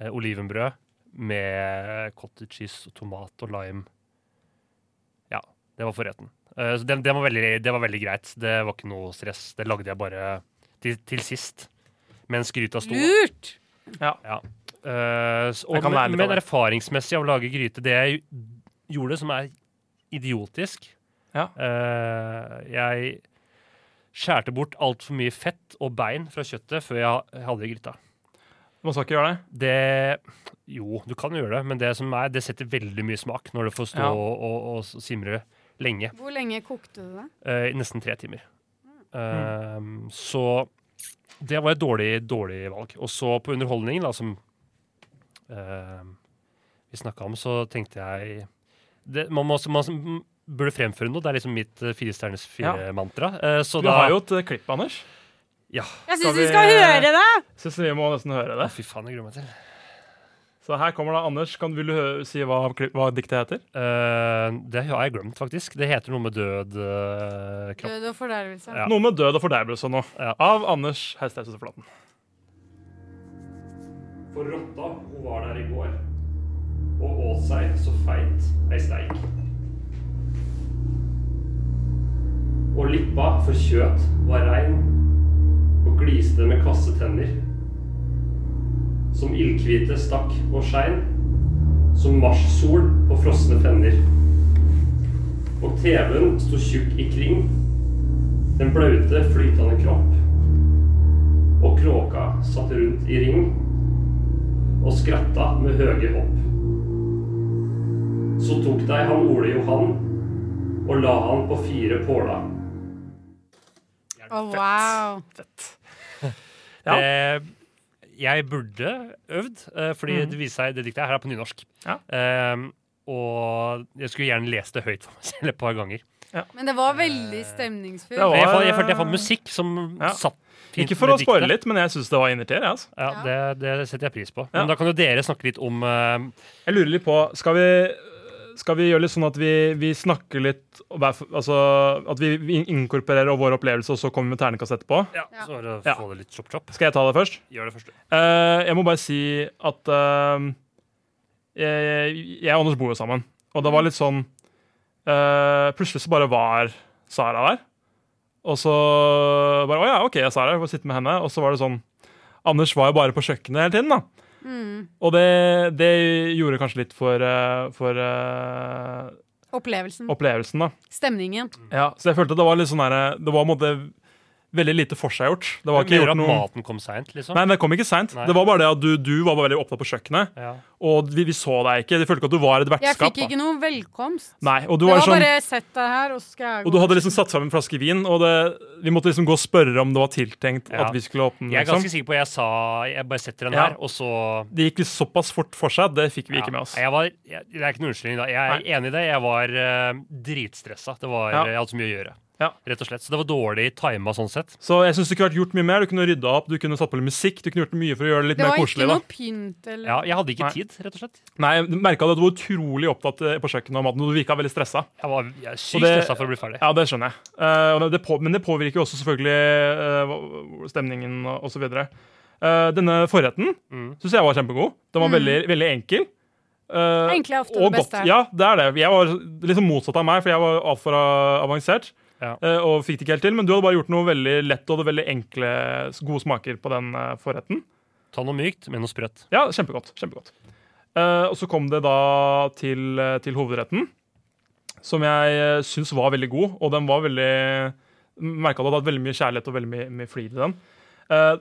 eh, olivenbrød med cottage cheese og tomat og lime. Ja, det var for retten. Eh, så det, det, var veldig, det var veldig greit. Det var ikke noe stress. Det lagde jeg bare til, til sist. Mens gryta sto.
Lurt!
Eh, s- og
Jeg kan lære
med,
litt
med
av det.
erfaringsmessig av å lage gryte Det jeg gjorde som er idiotisk
Ja.
eh, Jeg skjærte bort altfor mye fett og bein fra kjøttet før jeg ha- hadde i gryta.
Man skal ikke gjøre det.
Det Jo, du kan gjøre det, men det som er, det setter veldig mye smak når det får stå
Ja.
og, og, og s- simre lenge.
Hvor lenge kokte du det?
eh, I nesten tre timer.
Mm.
Eh, Så det var et dårlig, dårlig valg. Og så på underholdningen, da, som eh, vi snakka om, så tenkte jeg det, man, må, også- man som- burde fremføre noe. Det er liksom mitt eh, firestjerners fire-mantra. så
Du
da
har jo et eh, klipp, Anders.
Ja.
Jeg
Skal
syns vi
vi-
skal høre det!
Syns vi må nesten høre det.
Fy faen, jeg gruer meg til.
Så her kommer da Anders. Kan Vil du hø- si hva, klipp- hva diktet heter?
Eh, det har jeg glemt, faktisk. Det heter noe med død eh, kropp.
Død og fordervelse.
Ja.
Noe med død og fordervelse nå.
Ja.
Av Anders Haustauset Flaten.
For rotta, hun var der i går og åt seg så feit ei steik. Og lippa for kjøt var rein og gliste med kvasse tenner. Som ildhvite stakk og skein, som marssol på frosne fender. Og TV-en sto tjukk ikring, den blaute, flytende kropp. Og kråka satt rundt i ring og skratta med høge hopp. Så tok dei han Ole Johan og la han på fire påla.
Å, wow.
Eh, jeg burde øvd, eh, fordi det viser seg det diktet her er på nynorsk.
Mhm. Ja.
Ehm, og jeg skulle gjerne lest det høyt for meg selv et par ganger.
Men det var veldig
Eh, Det var-
stemningsfullt.
Jeg fant, jeg fant, jeg fant musikk som
Ja.
satt fint
Ikke for å
med diktet.
spoile litt, men jeg syns det var innertier. jeg, Altså.
Ja, det, det setter jeg pris på.
Ja.
Men da kan jo dere snakke litt om eh,
Jeg lurer litt på Skal vi, skal vi gjøre litt sånn at vi, vi snakker litt og hver- Altså at vi, vi inkorporerer vår opplevelse, og så kommer vi med ternekast etterpå?
ja, Så for å
Ja.
få det litt chopp-chopp.
Skal jeg ta det først?
Gjør det først. du.
Eh, jeg må bare si at eh, jeg, jeg og Anders bor jo sammen. Og det var litt sånn eh, Plutselig så bare var Sara der. Og så bare Å ja, OK, jeg er Sara. Jeg får sitte med henne. Og så var det sånn Anders var jo bare på kjøkkenet hele tiden, da. Og det, det gjorde kanskje litt for, eh, for eh,
Opplevelsen.
opplevelsen, da.
Stemningen.
Ja, så jeg følte det var litt sånn her Det var på en måte veldig lite forseggjort. Det var ikke
Mener
gjort
at
noe
maten kom seint, liksom?
Nei, det kom ikke seint.
Nei.
Det var bare det at du, du var bare veldig opptatt på kjøkkenet,
Ja.
og vi, vi så deg ikke. Jeg følte ikke at du var et
Jeg
vertskap.
fikk
da.
ikke noe velkomst.
Nei, og du
det
var
var
sånn
bare sett deg her, og så skal jeg gå.
og du hadde liksom satt sammen en flaske vin, og det, vi måtte liksom gå og spørre om det var tiltenkt
Ja.
at vi skulle åpne.
Jeg er
Liksom.
ganske sikker på at jeg sa Jeg bare setter den
Ja.
her, og så
Det gikk litt såpass fort for seg, det fikk vi ikke
Ja.
med oss.
Nei, Jeg var, jeg, det er ikke noen unnskyldning. da. Jeg er enig i det. Jeg var eh, dritstressa. Det var, eh,
Ja.
Jeg hadde så mye å gjøre.
Ja.
Rett og slett. Så det var dårlig tima sånn sett.
Så jeg syns det kunne vært gjort mye mer. Du kunne rydda opp, du kunne satt på litt musikk, du kunne gjort mye for å gjøre det litt
det
mer
var
koselig.
ikke
da.
noe pynt eller
Ja, jeg hadde ikke
Nei.
tid, rett og slett.
Nei, du merka at du var utrolig opptatt eh, på kjøkkenet om maten, og du virka veldig stressa.
Jeg var jeg
Og
er sykt
det-
stressa for å bli ferdig.
Ja, det skjønner jeg. Eh, og det på, men det påvirker jo også selvfølgelig eh, hva- stemningen og osv. Uh, denne forretten syns jeg var kjempegod. Den var veldig, veldig enkel. Eh,
Enkle er Mm. ofte
og
det beste.
godt. Ja, det er det. Jeg var liksom motsatt av meg, for jeg var altfor eh, avansert.
Ja.
eh, og fikk det ikke helt til, men du hadde bare gjort noe veldig lett og det veldig enkle, s- gode smaker på den eh, forretten.
Ta noe mykt med noe sprøtt.
Ja, kjempegodt. kjempegodt. Eh, og så kom det da til, eh, til hovedretten, som jeg uh, syns var veldig god. Og den var veldig Merka du hadde hatt veldig mye kjærlighet og veldig mye, mye flid i den. Eh,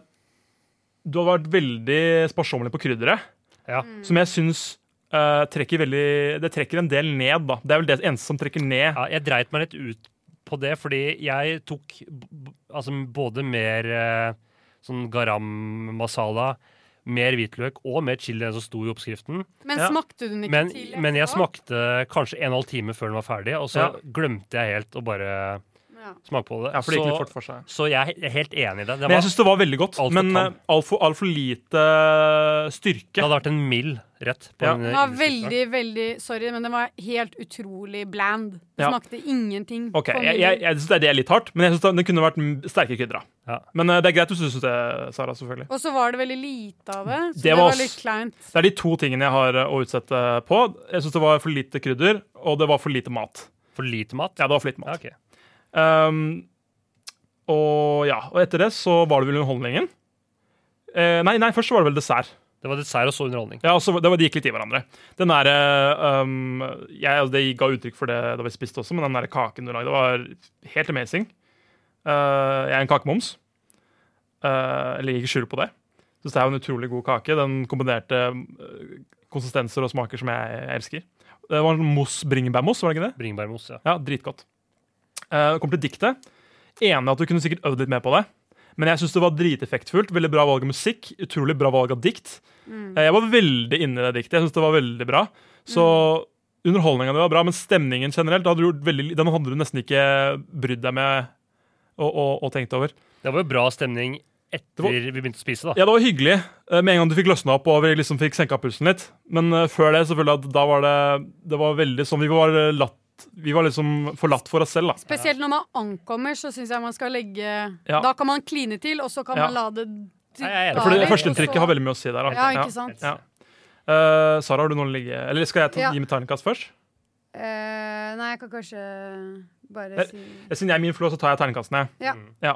du hadde vært veldig sparsommelig på krydderet,
Ja.
som jeg syns eh, trekker veldig Det trekker en del ned, da. Det er vel det eneste som trekker ned.
Ja, jeg dreit meg litt ut på det, fordi jeg tok b b- altså, både mer eh, sånn garam masala, mer hvitløk og mer chili enn som sto i oppskriften.
Men
Ja.
smakte du den ikke
Men,
til?
men jeg
etterpå?
smakte kanskje en og en halv time før den var ferdig, og så
Ja.
glemte jeg helt å bare
Ja.
smak på det.
Ja, for det gikk litt fort
så,
for seg.
så jeg er helt enig i det. Det,
Men
var,
jeg syns det var veldig godt.
Alt for
Men
tam.
eh, altfor alt for lite eh,
det
styrke.
hadde vært en mild rett. På
Ja.
en,
Den
eh,
var
innflytelse.
veldig, veldig Sorry, men den var helt utrolig bland. Det
Ja.
smakte ingenting.
Ok,
på
jeg, jeg, jeg synes Det er det er litt hardt, men jeg synes det- det kunne vært m- sterke krydder. da.
Ja.
Men eh, det er greit hvis du syns det, Sara. selvfølgelig.
Og så var det veldig lite av det, så
Det
det
var
var,
s-
litt kleint.
Det er de to tingene jeg har eh, å utsette på. Jeg syns det var for lite krydder, og det var for lite mat.
For lite mat?
Ja, det var for lite mat.
Ja, ok.
Um, og ja, og etter det så var det vel underholdningen. Eh, nei, nei, først så var det vel dessert.
Det var dessert og så underholdning.
Ja, og så, det var, De gikk litt i hverandre. Den der, eh, um, jeg, altså, det ga uttrykk for det da vi spiste også, men den der kaken du lagde, var helt amazing. Eh, jeg er en kakemoms. Uh, jeg legger ikke skjul på det. Syns det er jo en utrolig god kake. Den kombinerte eh, konsistenser og smaker som jeg elsker. Det var en mos, bringebærmos, var det ikke det?
Bringebærmos, ja.
Ja, dritgodt. Uh, kom til diktet. Enig at du kunne sikkert øvd litt mer på det. Men jeg syns det var driteffektfullt. Veldig bra valg av musikk. Utrolig bra valg av dikt. Eh, jeg var veldig inne i det diktet. Jeg synes det var veldig bra. Så underholdninga var bra, men stemningen generelt hadde du gjort veldig, li- den hadde du nesten ikke brydd deg med og, og, og tenkt over.
Det var jo bra stemning etter
var-
vi begynte å spise, da.
Ja, det var hyggelig eh, med en gang du fikk løsna opp og vi liksom fikk senka pulsen litt. Men eh, før det, selvfølgelig, at da var det, det var veldig sånn Vi var latt Vi var liksom forlatt for oss selv, da.
Spesielt når man ankommer, så syns jeg man skal legge
Ja.
Da kan man kline til, og så kan
Ja.
man la det
Nei, jeg er enig.
dyppe
For det
litt, og
Førsteinntrykket
så-
har veldig mye å si der. Da.
Ja, ikke sant.
Ja. Eh, Sara, har du noen ligge... Eller skal jeg ta,
Ja.
gi mitt terningkast først?
Eh, nei, jeg kan kanskje bare
Nei.
si
Eh, Siden jeg er min flå, så tar jeg terningkastene.
Ja.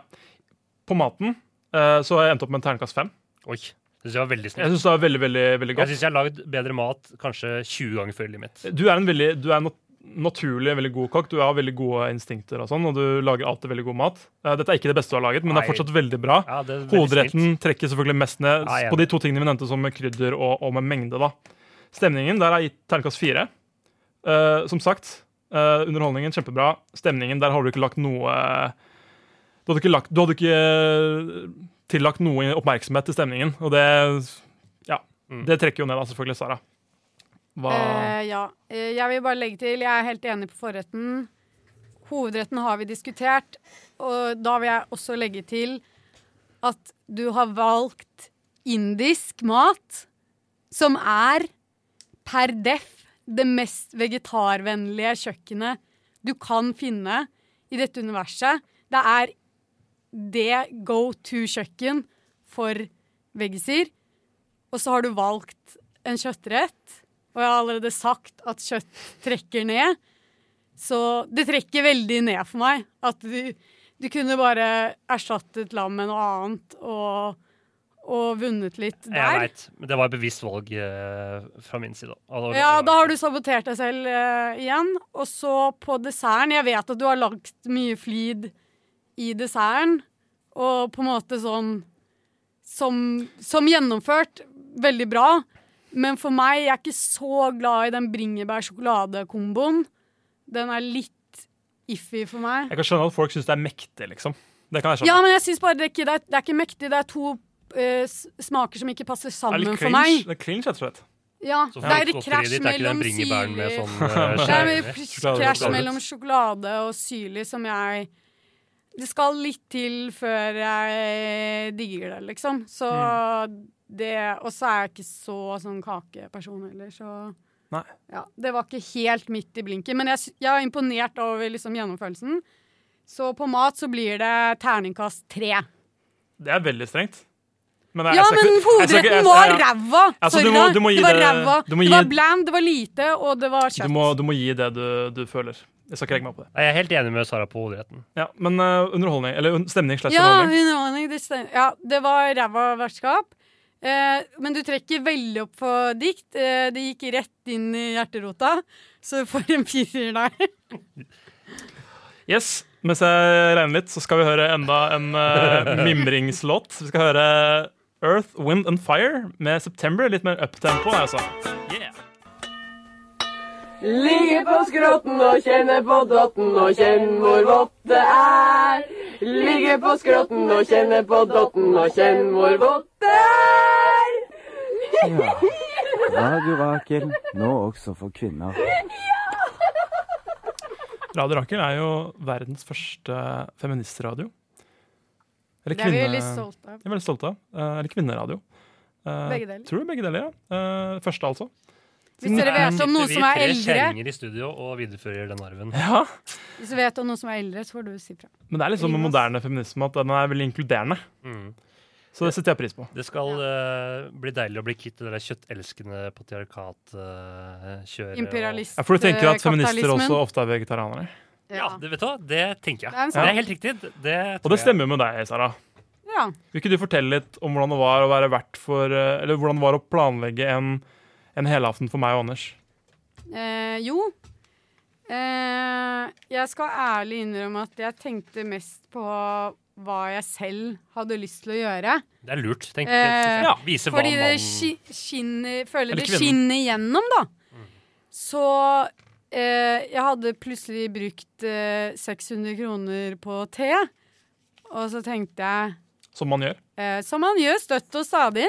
På maten eh, så har jeg endt opp med en terningkast fem.
Oi. Det synes jeg var veldig
Jeg
snilt.
syns det var Eh, veldig, veldig, veldig
Jeg
godt.
syns jeg har lagd bedre mat kanskje 20 ganger før i livet mitt.
Du er en veldig du er nat naturlig en veldig god kokk. Du har veldig gode instinkter, og sånn, og du lager alltid veldig god mat. Eh, dette er ikke det beste du har laget, men det er
Nei.
fortsatt veldig bra.
Ja, det er veldig snilt.
Hovedretten trekker selvfølgelig mest ned
Ja, jeg er
på de to tingene vi nevnte som med krydder og, og med mengde. da. Stemningen, der har jeg gitt terningkast fire. Eh, som sagt, eh, underholdningen kjempebra. Stemningen, der har du ikke lagt noe Du hadde ikke, lagt, du hadde ikke eh, tillagt noe oppmerksomhet til stemningen, og det Ja.
Mm.
Det trekker jo ned, da, selvfølgelig, Sara. Hva
Eh, ja. Eh, jeg vil bare legge til, jeg er helt enig på forretten. Hovedretten har vi diskutert, og da vil jeg også legge til at du har valgt indisk mat, som er per def det mest vegetarvennlige kjøkkenet du kan finne i dette universet. Det er det go to-kjøkken for veggiser. Og så har du valgt en kjøttrett. Og jeg har allerede sagt at kjøtt trekker ned. Så det trekker veldig ned for meg. At du, du kunne bare erstattet lam med noe annet og, og vunnet litt
Jeg
der.
vet, men det var et bevisst valg eh, fra min side. Altså,
Ja, da har du sabotert deg selv eh, igjen. Og så på desserten Jeg vet at du har lagt mye flid i desserten, og på en måte sånn som, som gjennomført veldig bra. Men for meg, jeg er ikke så glad i den bringebær-sjokoladekomboen. Den er litt iffy for meg.
Jeg kan skjønne at folk syns det er mektig, liksom. Det kan jeg skjønne.
Ja, men jeg synes bare det er, ikke, det, er, det er ikke mektig. Det er to eh, s- smaker som ikke passer
det er
sammen
litt
for meg.
cringe, det er cringe, rett og slett.
Ja,
Så
det er et
fruktgodteriet
krasj
ditt er ikke den
mellom
bringebæren med
syrlig Det
sånn eh,
er
skjær
mye
inni.
Sjokolade-
pr- krasj
sjokolade.
mellom sjokolade og syrlig som jeg Det skal litt til før jeg digger det, liksom. Så
Mm.
det Og så er jeg ikke så sånn kakeperson heller, så
Nei.
ja, Det var ikke helt midt i blinken, men jeg, sy- jeg er imponert over liksom gjennomførelsen. Så på mat så blir det terningkast tre.
Det er veldig strengt. Men det er-
Ja,
jeg skal
men
ikke- jeg skal ikke- jeg skal-
hovedretten var
jeg-
ræva!
Altså,
Sorry,
du må-
da.
du må gi
det var
det-
ræva.
du må
Det
gi-
var bland, det var lite, og det var kjøtt.
Du må, du må gi det du, du føler. Jeg skal ikke legge meg opp på det.
Nei, Jeg er helt enig med Sara på hovedretten.
Ja, men eh, underholdning, eller un- stemning slash
Ja,
underholdning.
underholdning. Det stemmer. Ja, det var ræva vertskap. Eh, men du trekker veldig opp på dikt. Eh, det gikk rett inn i hjerterota, så du får en firer der.
Yes, Mens jeg regner litt, så skal vi høre enda en eh, mimringslåt. Vi skal høre Earth, Wind and Fire med September. Litt mer uptempo. er Altså.
Ligge på skrotten og kjenne på dotten og kjenn hvor vått det er. Ligge på skrotten og kjenne på dotten og kjenn hvor vått det er.
Radiorakel, nå også for kvinner.
Radio Rakel er jo verdens første feministradio. Eller
Det er vi
kvinne...
veldig stolte av.
Jeg er veldig stolt av. Eh, Eller kvinneradio. Eh,
Begge deler.
Tror du begge deler, ja. Eh, Første, altså.
Hvis dere vet om noen som er
Vi
eldre,
tre kjerringer i studio og viderefører den arven.
Ja,
hvis dere vet om noen som er eldre, så får du si fra.
Men det er liksom med
Ring oss.
moderne feminisme at den er veldig inkluderende.
Mm.
Så det setter jeg pris på.
Det skal eh, bli deilig å bli kvitt det der kjøttelskende patriarkatkjøret.
Imperialist. eh,
Ja, for du tenker at feminister
kapitalismen.
også ofte er vegetarianere?
Ja, det vet du hva? Det tenker jeg.
Det er en
Det
sak.
er helt riktig. Det, det
Og det stemmer jo med deg, Sara.
Ja.
Vil ikke du fortelle litt om hvordan det var å være vert for eh, Eller hvordan det var å planlegge en, en helaften for meg og Anders?
Eh, jo. Eh, jeg skal ærlig innrømme at jeg tenkte mest på hva jeg selv hadde lyst til å gjøre.
Det er lurt. Tenk,
Eh,
ja, vise hva
Fordi det
mannen
skin- skinner, føler
Eller
det
kvinnen.
skinner gjennom, da.
Mm.
Så eh, jeg hadde plutselig brukt eh, 600 kroner på te, og så tenkte jeg
Som man gjør.
eh, Som man gjør støtt og stadig.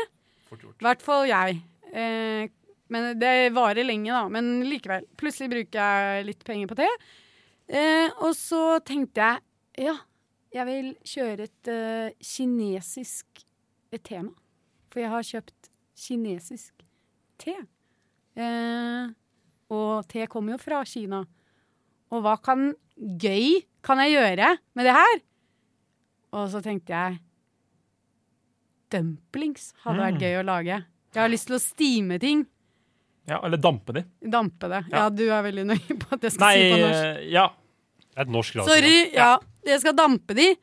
Fort gjort.
I hvert fall jeg. Eh, men det varer lenge, da. Men likevel. Plutselig bruker jeg litt penger på te. Eh, og så tenkte jeg ja, jeg vil kjøre et eh, kinesisk tema. For jeg har kjøpt kinesisk te. Eh, og te kommer jo fra Kina. Og hva kan gøy kan jeg gjøre med det her? Og så tenkte jeg Dumplings hadde vært
Mm.
gøy å lage. Jeg har lyst til å stime ting.
Ja, Eller dampe de.
Dampe det. Ja,
Ja.
du er veldig nøye på at jeg skal
Nei,
si på norsk.
eh, ja.
Det er et norsk radioprogram.
Sorry. Ja, jeg skal dampe de.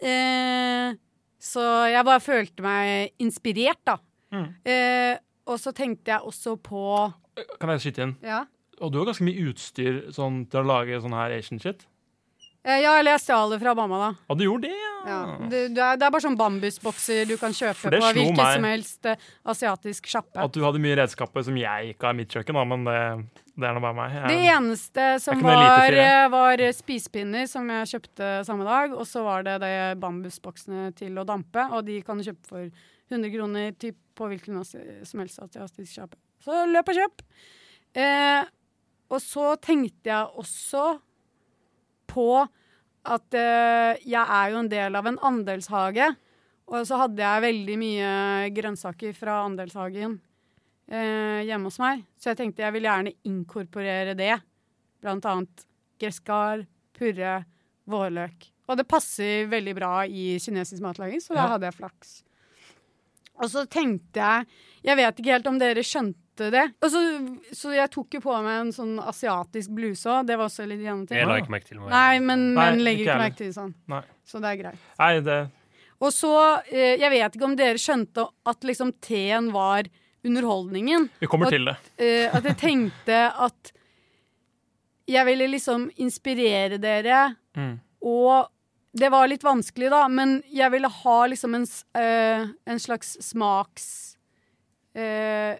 Eh, så jeg bare følte meg inspirert, da.
Mm.
Eh, og så tenkte jeg også på
Kan jeg skyte inn?
Ja,
Og du har ganske mye utstyr sånn, til å lage sånn her Asian shit.
eh, ja eller jeg stjal det fra mamma, da.
Og du gjorde det, ja.
Ja. Det, det, er, det er bare sånn bambusbokser du kan kjøpe
For det
på
slo
hvilken
meg.
som helst eh, asiatisk sjappe.
At du hadde mye redskaper som jeg ikke har i mitt kjøkken, da, men det, det er nå bare meg. Jeg,
Det eneste som
ikke noe
var,
elitefyr,
eh, var spisepinner som jeg kjøpte samme dag, og så var det de bambusboksene til å dampe, og de kan du kjøpe for 100 kroner typ, på hvilken asi- som helst asiatisk kjappe. Så løp og kjøp! Eh, og så tenkte jeg også på at eh, jeg er jo en del av en andelshage, og så hadde jeg veldig mye grønnsaker fra andelshagen eh, hjemme hos meg. Så jeg tenkte jeg vil gjerne inkorporere det. Blant annet gresskar, purre, vårløk. Og det passer veldig bra i kinesisk matlaging, så da
Ja.
hadde jeg flaks. Og så tenkte jeg Jeg vet ikke helt om dere skjønte det. Og så, så jeg tok jo på meg en sånn asiatisk bluse òg. Det var også litt gjennom ting.
Jeg la ikke merke til meg.
Nei, men
Nei,
menn legger
ikke
ikke
heller.
merke til sånn.
Nei.
Så det er greit.
Nei, det,
Og så, eh, jeg vet ikke om dere skjønte at liksom teen var underholdningen.
vi kommer
Og-
til det.
Eh, at jeg tenkte at jeg ville liksom inspirere dere,
Mm.
og det var litt vanskelig da, men jeg ville ha liksom en, s- eh, en slags smaks... Eh,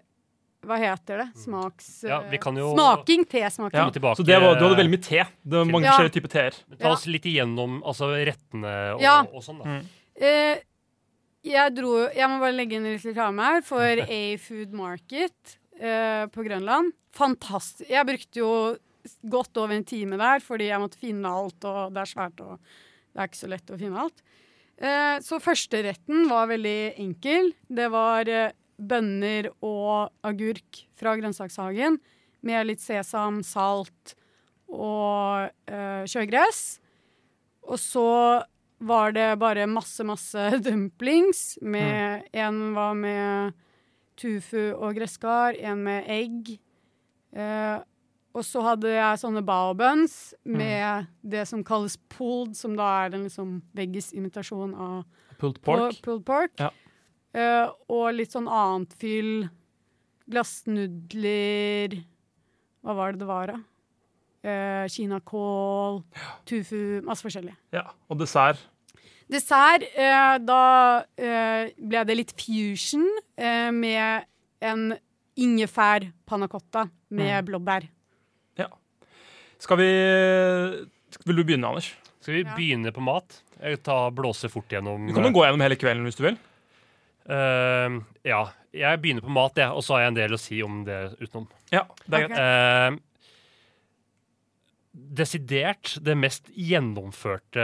hva heter det? Smaks...
Ja,
eh,
vi kan jo-
Smaking,
Ja.
tesmaking.
tilbake-
Så det var, du hadde veldig mye te. Det var mange
Ja.
forskjellige typer teer.
Ta oss litt igjennom altså, rettene og,
Ja.
og sånn,
Mm.
da.
Eh, jeg dro Jeg må bare legge inn litt reklame her for A-Food Market eh, på Grønland. Fantastisk. Jeg brukte jo godt over en time der fordi jeg måtte finne alt, og det er svært, og det er ikke så lett å finne alt. Eh, så førsteretten var veldig enkel. Det var eh, bønner og agurk fra grønnsakshagen med litt sesam, salt og eh, sjøgress. Og så var det bare masse, masse dumplings. Med, En var med tufu og gresskar, en med egg. Eh, og så hadde jeg sånne baobuns med det som kalles pulled, som da er en liksom veggis imitasjon av
Pulled pork.
pu- pulled pork.
Ja.
Eh, og litt sånn annet fyll. Glassnudler Hva var det det var, da? Eh, kinakål, tufu Masse forskjellig.
Ja. Og dessert.
Dessert, eh, da eh, ble det litt fusion eh, med en ingefær panna cotta med
Mm.
blåbær.
Skal vi Vil du begynne, Anders?
Skal vi begynne på mat? Jeg tar blåse fort gjennom
Du kan jo gå gjennom hele kvelden hvis du vil.
Eh, ja. Jeg begynner på mat, jeg, og så har jeg en del å si om det utenom.
Ja, det er greit.
Eh, desidert det mest gjennomførte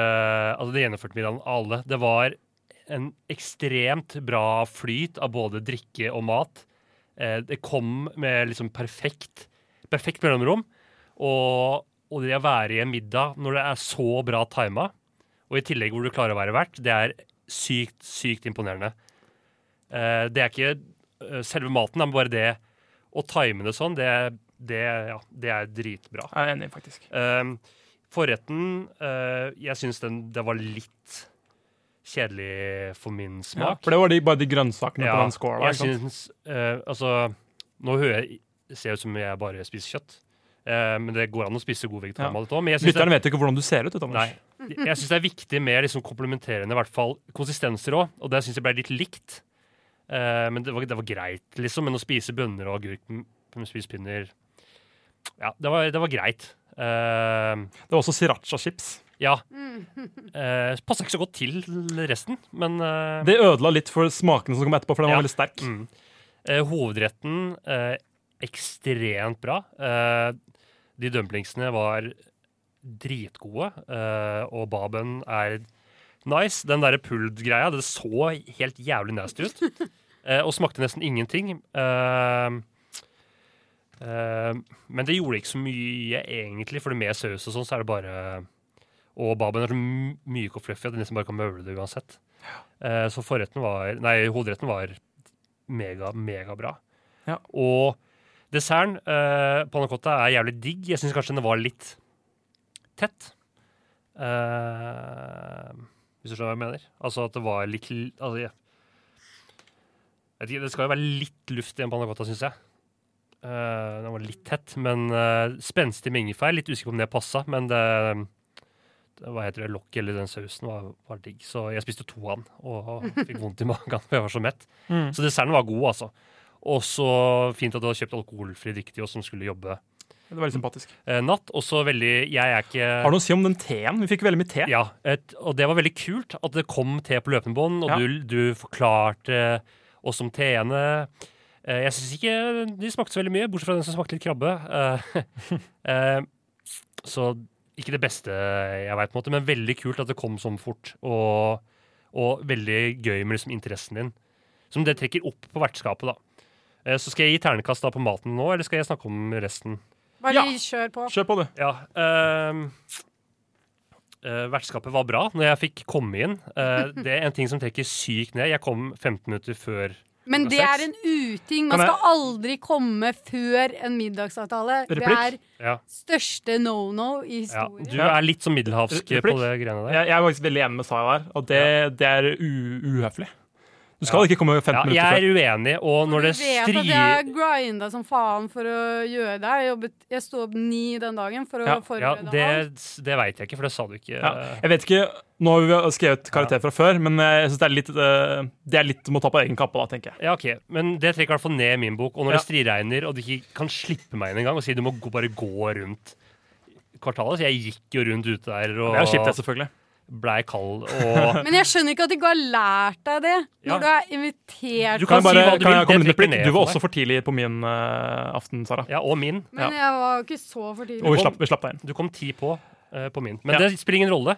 altså det gjennomførte middagen av alle. Det var en ekstremt bra flyt av både drikke og mat. Eh, det kom med liksom perfekt, perfekt mellomrom. Og, og det å være i en middag når det er så bra tima, og i tillegg hvor du klarer å være vert, det er sykt, sykt imponerende. Eh, det er ikke eh, selve maten, men bare det å time det sånn, det, det, ja, det er dritbra.
Jeg er enig, faktisk.
Ehm, forretten eh, Jeg syns den det var litt kjedelig for min
Ja,
smak.
for det var de, bare de grønnsakene
Ja,
på den skåla. ikke
jeg
sant?
syns eh, Altså, nå hører jeg, ser jeg ut som jeg bare spiser kjøtt. Eh, men det går an å spise god vegetarmat òg. Men jeg syns det,
Lytterne vet ikke hvordan du ser ut. vet du, Anders.
nei, jeg synes det er viktig med liksom komplementerende i hvert fall konsistenser òg, og det syns jeg ble litt likt. Eh, men det var, det var greit, liksom. Men å spise bønner og agurk med spisepinner Ja, det var, det var greit. Eh,
Det var også sriracha-chips.
ja. Uh, Passa ikke så godt til resten, men eh,
Det ødela litt for smakene som kom etterpå, for den
Ja.
var veldig sterk.
Mm. Eh, hovedretten eh, ekstremt bra. Eh, de dumplingsene var dritgode, eh, og baben er nice. Den derre pulled-greia, det så helt jævlig nasty ut. eh, og smakte nesten ingenting. Eh, eh, men det gjorde ikke så mye, egentlig, for det med saus og sånn, så er det bare Og baben er så my- myk og fluffy at du nesten bare kan møble det uansett. Eh, så forretten var Nei, hovedretten var mega, megabra.
Ja.
Og desserten eh, panna cotta er jævlig digg. Jeg syns kanskje den var litt tett. Eh, hvis du skjønner hva jeg mener? Altså at det var litt l- altså, jeg, jeg vet ikke, Det skal jo være litt luft i en panna cotta, syns jeg. Eh, den var litt tett, men eh, spenstig med ingefær. Litt usikker på om det passa, men det, det hva heter det, lokket eller den sausen var, var digg. Så jeg spiste to av den og fikk vondt i magen, for jeg var så mett. Så desserten var god, altså. Og så fint at du har kjøpt alkoholfri drikke til oss som skulle jobbe
Det var veldig sympatisk.
eh, natt. Og så veldig Jeg er ikke
Har du noe å si om den teen? Vi fikk veldig mye te.
Ja, et, og det var veldig kult at det kom te på løpende bånd, og
Ja.
du, du forklarte oss om teene. Eh, Jeg syns ikke de smakte så veldig mye, bortsett fra den som smakte litt krabbe. Eh, eh, Så ikke det beste jeg veit, men veldig kult at det kom sånn fort. Og, og veldig gøy med liksom interessen din. Som det trekker opp på vertskapet, da. Eh, Så skal jeg gi ternekast da på maten nå, eller skal jeg snakke om resten?
Bare
Ja.
kjør på.
Kjør på, du.
Ja. ehm, eh, vertskapet var bra når jeg fikk komme inn. Eh, det er en ting som trekker sykt ned. Jeg kom 15 minutter før.
Men det
seks.
er en uting. Man
Kan jeg-
skal aldri komme før en middagsavtale. Det
Replikk?
er
Ja.
største no-no i
Ja.
historien.
Du er litt sånn middelhavsk
Replikk?
på det greiene der.
Jeg, jeg er faktisk veldig enig med Saya der, og det, det er u uhøflig. Du skal ikke komme 15 minutter
Ja, jeg
før.
er uenig, og når
Du
det
vet at jeg har
strier
grinda som faen for å gjøre det. her. Jeg, jobbet, jeg sto opp ni den dagen for å
Ja,
ja,
forberede
Det,
alt.
det veit jeg ikke, for det sa du ikke.
Ja. Jeg vet ikke, Nå har vi skrevet karakter fra før, men jeg synes det er litt eh, Det er litt må ta på egen kappe, da, tenker jeg.
Ja, ok, Men det trekker i hvert fall ned i min bok. Og når
Ja.
det striregner, og du ikke kan slippe meg inn engang og si du må gå, bare gå rundt kvartalet Så jeg gikk jo rundt ute der
Det er jo kjipt, altså. det,
og
selvfølgelig.
blei kald. Og
Men jeg skjønner ikke at du ikke har lært deg det
Ja.
når du er invitert.
Du
Kan jeg
si
bare,
hva du
kan
vil,
jeg komme
det
litt med
trekker
plikk?
ned
Du var
for
også for tidlig på min eh, aften, Sara.
ja, og min.
Ja.
Men jeg var jo ikke så for tidlig.
Og vi slapp, vi slapp deg inn.
Du kom ti på eh, på min. Men
Ja.
det spiller ingen rolle.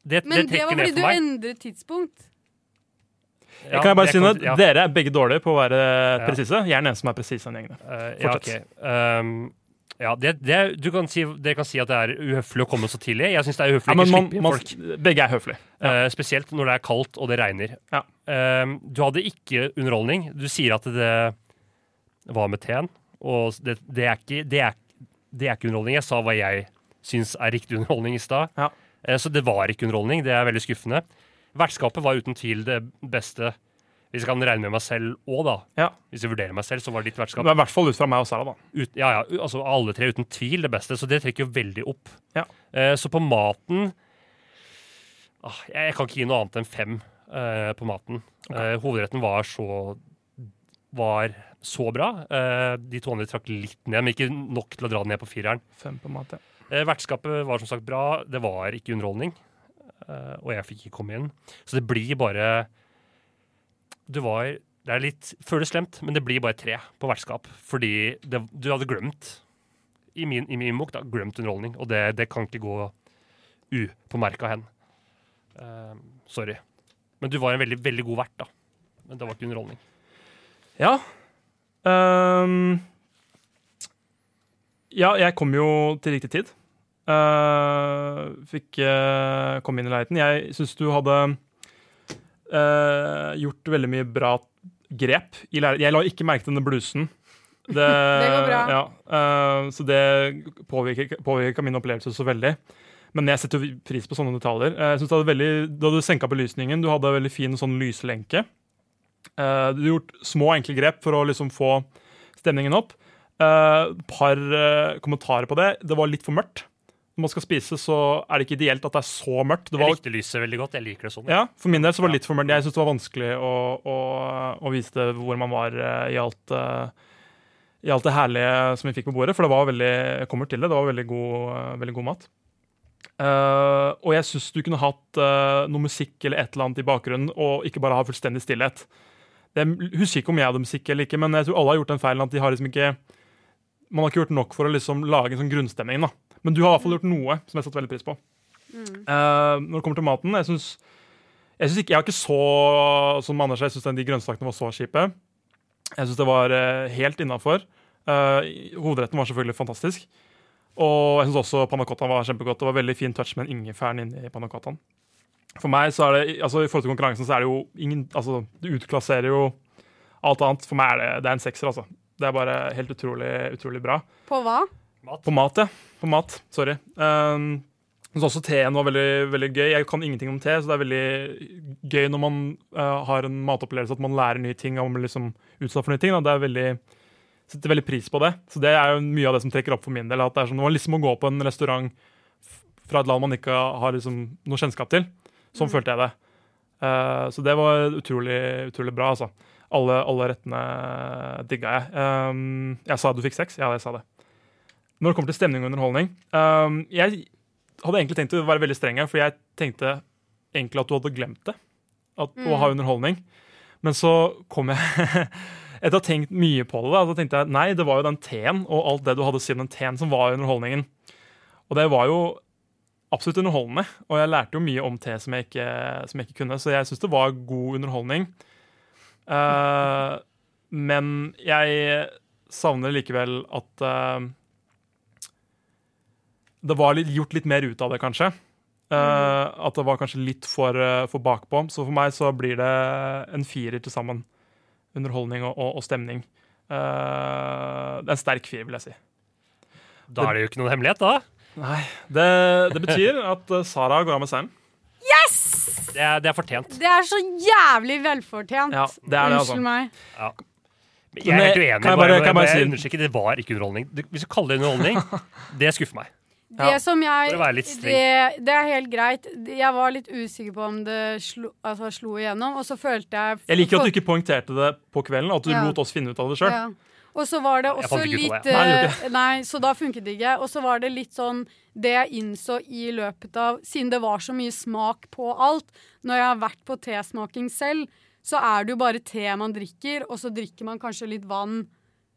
Det,
Men
det
det, var
trekker
fordi
ned
du
for meg.
endret tidspunkt.
Ja,
kan jeg bare si noe?
kan- ja,
Dere er begge dårlige på å være
Ja.
presise. Jeg er den eneste som er presis av gjengene.
eh, ja,
fortsett.
ok. Um, ja, det, det, du kan si, dere kan si at det er uhøflig å komme så tidlig. Jeg syns det er
Ja,
uhøflig å ikke
men man,
slippe inn
man,
folk.
begge er høflige.
Eh, spesielt når det er kaldt og det regner.
Ja.
Eh, du hadde ikke underholdning. Du sier at det var med teen, og det, det, er ikke, det, er, det er ikke underholdning. Jeg sa hva jeg syns er riktig underholdning i stad.
Ja.
Eh, så det var ikke underholdning. Det er veldig skuffende. Vertskapet var uten tvil det beste. Hvis jeg kan regne med meg selv òg, da.
Ja.
Hvis jeg vurderer meg selv, så var ditt vertskap
Det er I hvert fall ut fra meg og Sara, da.
ut, ja, ja, u- altså alle tre uten tvil det beste, så det trekker jo veldig opp.
Ja.
Eh, så på maten ah, jeg, jeg kan ikke gi noe annet enn fem eh, på maten. Eh, hovedretten var så var så bra. Eh, de to andre trakk litt ned, men ikke nok til å dra den ned på fireren.
Fem på mat, ja.
Eh, vertskapet var som sagt bra, det var ikke underholdning, eh, og jeg fikk ikke komme inn. Så det blir bare Det var det er litt, føles slemt, men det blir bare tre på vertskap. Fordi det, du hadde glemt i min, i min bok da, glemt underholdning. Og det, det kan ikke gå upåmerka hen. Eh, sorry. Men du var en veldig, veldig god vert, da. Men det var ikke underholdning.
Ja. Ehm, ja, jeg kom jo til riktig tid. Eh, fikk eh, komme inn i leiligheten. Jeg syns du hadde eh, gjort veldig mye bra grep i leiligheten. Jeg la ikke merke til denne blusen. Det,
går bra.
Ja, eh, så det påvirker påvirker ikke min opplevelse så veldig. Men jeg setter jo pris på sånne detaljer. Eh, Jeg synes du hadde veldig, Da du senka belysningen, du hadde veldig fin sånn lyslenke. Eh, Du har gjort små, enkle grep for å liksom få stemningen opp. Eh, par eh, kommentarer på det. Det var litt for mørkt. Når man skal spise, så er det ikke ideelt at det er så mørkt. Det
Jeg
var,
likte lyset veldig godt. Jeg liker det sånn.
ja, For min del så var det litt for mørkt. Jeg syntes det var vanskelig å, å, å vise det hvor man var eh, i alt, eh, i alt det herlige som vi fikk på bordet. For det var veldig, jeg kommer til det, det var veldig god, eh, veldig god mat. Eh, og jeg syns du kunne hatt eh, noe musikk eller et eller annet i bakgrunnen, og ikke bare ha fullstendig stillhet. Jeg husker ikke om jeg hadde musikk eller ikke, men jeg tror alle har gjort den feilen at de har liksom ikke Man har ikke gjort nok for å liksom lage en sånn grunnstemning, da. Men du har i hvert fall gjort noe som jeg satte veldig pris på. Eh, når det kommer til maten, jeg syns jeg, synes ikke, jeg var ikke så som Anders, jeg syns de grønnsakene var så kjipe. Jeg syns det var eh, helt innafor. hovedretten var selvfølgelig fantastisk. Og jeg syns også pannacottaen var kjempegodt. Det var veldig fin touch med den ingefæren inni pannacottaen. For meg så er det, altså I forhold til konkurransen så er det jo ingen altså Det utklasserer jo alt annet. For meg er det, det er en sekser, altså. Det er bare helt utrolig, utrolig bra.
På hva?
På mat, ja. På mat, sorry. Um, men så også teen var veldig, veldig gøy. Jeg kan ingenting om te, så det er veldig gøy når man eh, har en matopplevelse, at man lærer nye ting og man blir liksom utsatt for nye ting. Da. Det er veldig, setter veldig pris på det. Så det er jo mye av det som trekker opp for min del. At det er sånn, det var liksom å gå på en restaurant f- fra et land man ikke har liksom, noe kjennskap til. Sånn følte jeg det. Eh, så det var utrolig, utrolig bra, altså. Alle, alle rettene digga jeg. Um, jeg sa du fikk sex? Ja, jeg sa det. Når det kommer til stemning og underholdning um, Jeg hadde egentlig tenkt å være veldig streng her, for jeg tenkte egentlig at du hadde glemt det. At, Å ha underholdning. Men så kom jeg Etter å ha tenkt mye på det, da, så tenkte jeg nei, det var jo den T-en og alt det du hadde å si om den T-en, som var underholdningen. Og det var jo absolutt underholdende, og jeg lærte jo mye om te som jeg ikke, som jeg ikke kunne, så jeg syns det var god underholdning. Eh, men jeg savner likevel at eh, det var litt, gjort litt mer ut av det, kanskje. Eh, At det var kanskje litt for, eh, for bakpå. Så for meg så blir det en firer til sammen. Underholdning og, og, og stemning. Eh, det er en sterk firer, vil jeg si.
Da er det jo ikke noen hemmelighet, da.
Det, det betyr at eh, Sara går av med seieren.
Yes!
Det er, det er fortjent.
Det er så jævlig velfortjent.
Ja, det er det, altså.
Unnskyld meg.
Men Jeg er
Men,
helt uenig.
kan jeg bare-
bare, bare,
kan jeg bare si-
understreke, Det var ikke underholdning. Det- Hvis du kaller det underholdning, det skuffer meg.
Ja.
Det som jeg
For å være litt streng.
det, det er helt greit. Jeg var litt usikker på om det slo, altså, slo igjennom, og så følte jeg
Jeg liker at du ikke poengterte det på kvelden, og at du
Ja.
lot oss finne ut av det sjøl.
Ja. Og så var det også
fant ikke ut av
litt
det.
Nei, det
eh, Nei, så da funket det ikke. Og så var det litt sånn Det jeg innså i løpet av Siden det var så mye smak på alt, når jeg har vært på tesmaking selv, så er det jo bare te man drikker, og så drikker man kanskje litt vann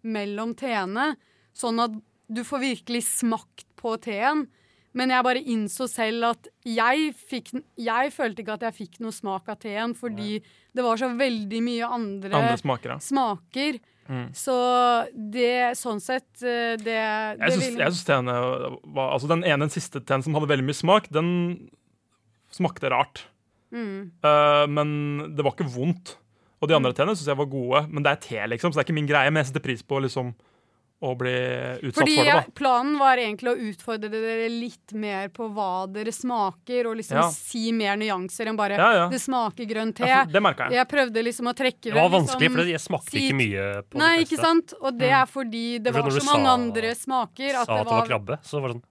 mellom teene, sånn at du får virkelig smakt på teen. Men jeg bare innså selv at jeg, fikk, jeg følte ikke at jeg fikk noe smak av teen, fordi det var så veldig mye andre,
Andre smaker, ja.
smaker. Så det Sånn sett, eh, det, det
Jeg syns,
ville-
jeg syns teene var, altså den ene den siste teen som hadde veldig mye smak, den smakte rart.
Mm.
Eh, men det var ikke vondt. Og de andre teene syns jeg var gode, men det er te, liksom, så det er ikke min greie. Men jeg setter pris på liksom, å bli utsatt
Fordi
for det.
jeg, planen var egentlig å utfordre dere litt mer på hva dere smaker, og liksom
Ja.
si mer nyanser enn bare
Ja, ja.
'det smaker grønn
da.
te'.
Ja, for det merka jeg.
Jeg prøvde liksom å trekke
Det var
liksom,
vanskelig, for jeg smakte
si-
ikke mye på
Nei,
de
ikke
fleste.
sant? Og det er fordi det
For
var
når
så
du
mange
sa-
andre smaker. At
Sa
det var,
krabbe, så var det sånn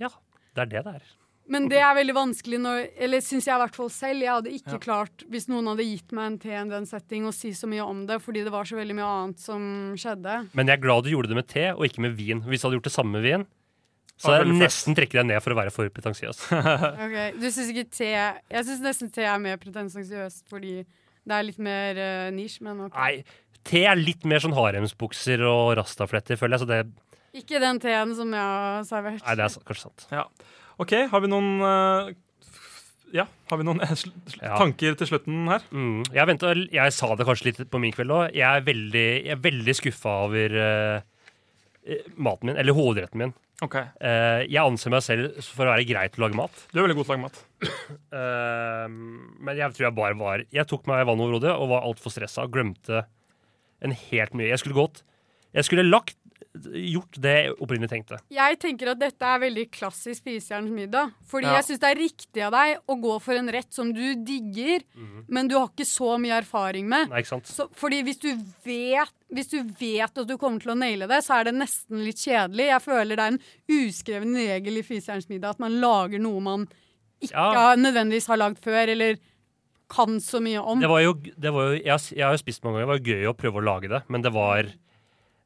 Ja, det er det det er.
men det er veldig vanskelig når Eller syns jeg i hvert fall selv. Jeg hadde ikke klart, hvis noen hadde gitt meg en te i den setting, å si så mye om det, fordi det var så veldig mye annet som skjedde.
Men jeg er glad du gjorde det med te, og ikke med vin. Hvis du hadde gjort det samme med vin, så
Var
hadde jeg
veldig
nesten trekke deg ned for å være for pretensiøs.
Ok, Du syns ikke te Jeg syns nesten te er mer pretensiøst fordi det er litt mer uh, nisj, men ok.
Nei, te er litt mer sånn haremsbukser og rastafletter, føler jeg, så det
Ikke den teen som jeg har servert.
Nei, det er sant- kanskje sant.
Ja. OK, har vi noen eh, f- Ja, har vi noen eh, sl
Ja.
tanker til slutten her?
Mm. Jeg, ventet, jeg sa det kanskje litt på min kveld òg. Jeg er veldig, jeg er veldig skuffa over eh, eh, maten min, eller hovedretten min.
Ok.
Eh, jeg anser meg selv for å være grei til å lage mat.
Du er veldig god til å lage mat.
Eh, men jeg tror jeg bare var Jeg tok meg vann over hodet og var altfor stressa og glemte en helt mye. Jeg skulle gått Jeg skulle lagt Gjort det jeg opprinnelig tenkte.
Jeg tenker at dette er veldig klassisk Fisjerens middag. Fordi
Ja.
jeg syns det er riktig av deg å gå for en rett som du digger,
Mhm.
men du har ikke så mye erfaring med.
Nei, ikke sant?
Så, fordi hvis du, vet, hvis du vet at du kommer til å naile det, så er det nesten litt kjedelig. Jeg føler det er en uskreven regel i Fyserens middag at man lager noe man ikke
Ja.
har, nødvendigvis har lagd før, eller kan så mye om.
Det var jo, det var jo jeg, har s- jeg har jo spist mange ganger. Det var jo gøy å prøve å lage det, men det var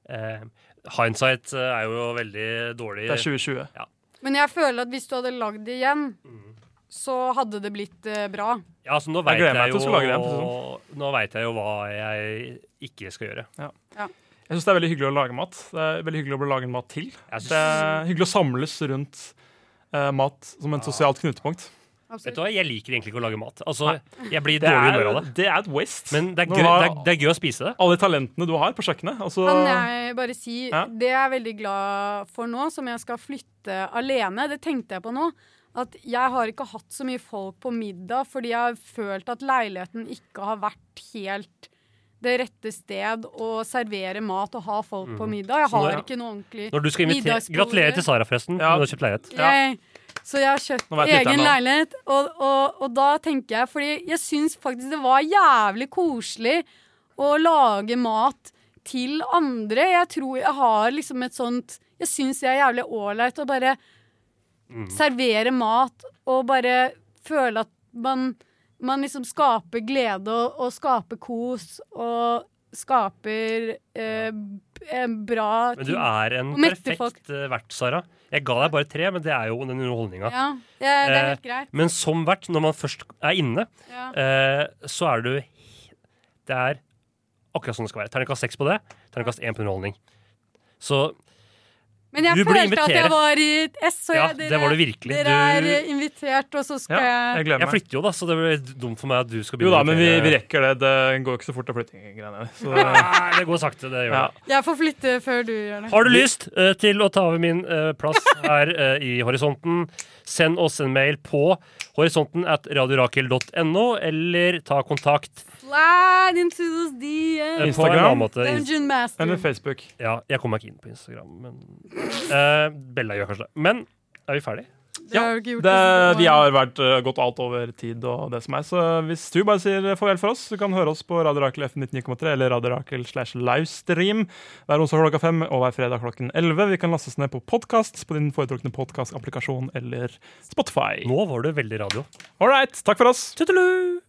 eh, Hindsight eh, er jo veldig dårlig.
Det er 2020.
Men jeg føler at hvis du hadde lagd det igjen,
Mm.
så hadde det blitt eh, bra.
Ja, altså, nå
Jeg
vet
gleder
jeg,
meg til
jo,
å skulle lage det, sånn. for
nå vet jeg jo hva jeg ikke skal gjøre.
Jeg syns det er veldig hyggelig å lage mat. Det er veldig hyggelig å bli laget mat til.
Jeg
Det er hyggelig å samles rundt eh, mat som et sosialt knutepunkt.
Vet du hva, jeg liker egentlig ikke å lage mat. Altså,
Nei.
Jeg blir i
Det
dårlig
er,
humør av det.
det er et waste.
Men det er,
Når
gøy,
du har
det, er, det er gøy å spise det.
alle de talentene du har på kjøkkenet. altså- og så-
Kan jeg bare si
Ja.
Det jeg er veldig glad for nå, som jeg skal flytte alene, det tenkte jeg på nå. At jeg har ikke hatt så mye folk på middag fordi jeg har følt at leiligheten ikke har vært helt det rette sted å servere mat og ha folk på middag. Jeg
Mm. Så nå-
har
ja.
ikke noe ordentlig
Når du skal invitere
Middagsbordet.
Gratulerer til Sara, forresten.
Ja.
Når du har kjøpt leilighet.
Ja.
Yay. Så jeg har kjøpt
Nå vet lytteren
egen
hva.
leilighet, og, og, og da tenker jeg Fordi jeg syns faktisk det var jævlig koselig å lage mat til andre. Jeg tror jeg har liksom et sånt Jeg syns jeg er jævlig ålreit å bare servere mat og bare føle at man, man liksom skaper glede og, og skaper kos og skaper eh, b- en bra
Men du er en
Og mette folk.
perfekt eh, vert, Sara. Jeg ga deg bare tre, men det er jo den underholdninga.
Ja, ja det er
Eh,
helt greit.
Men som vert, når man først er inne,
Ja.
eh, så er du he- Det er akkurat sånn det skal være. Terningkast seks på det, terningkast én på underholdning. Så
Men jeg
Du burde
følte at
invitere.
jeg var i et S, så
Ja,
jeg,
det var du virkelig.
Dere er
Du-
eh, invitert, og så skal
ja, jeg
jeg
gleder
Jeg
meg.
flytter jo, da, så det blir dumt for meg at du skal
Jo
begynne
da, men vi, vi
invitere-
rekker det. Det går ikke så fort å flytte greiene. Så
Nei, det går sakte. det gjør
Ja.
det.
Jeg får flytte før du gjør det.
Har du lyst eh, til å ta over min eh, plass her eh, i Horisonten, send oss en mail på horisonten at radiorakel.no, eller ta kontakt
Slide into those
eh,
DMs.
på en
Instagram.
annen måte. Inst-
Dungeon Master.
eller Facebook.
Ja, jeg kommer meg ikke inn på Instagram, men eh, Bella gjør kanskje det. Men er vi ferdig?
Det har du ikke gjort.
Det,
i så
vi
mange
har
år.
vært eh, gått alt over tid og det som er. Så hvis du bare sier eh, farvel for oss, så kan du høre oss på Radio Rakel F99,3 eller Radio Rakel slash livestream hver onsdag klokka fem og hver fredag klokken elleve. Vi kan lastes ned på podkast på din foretrukne podkastapplikasjon eller Spotify.
Nå var du veldig radio.
All right, takk for oss.
Tuttelu!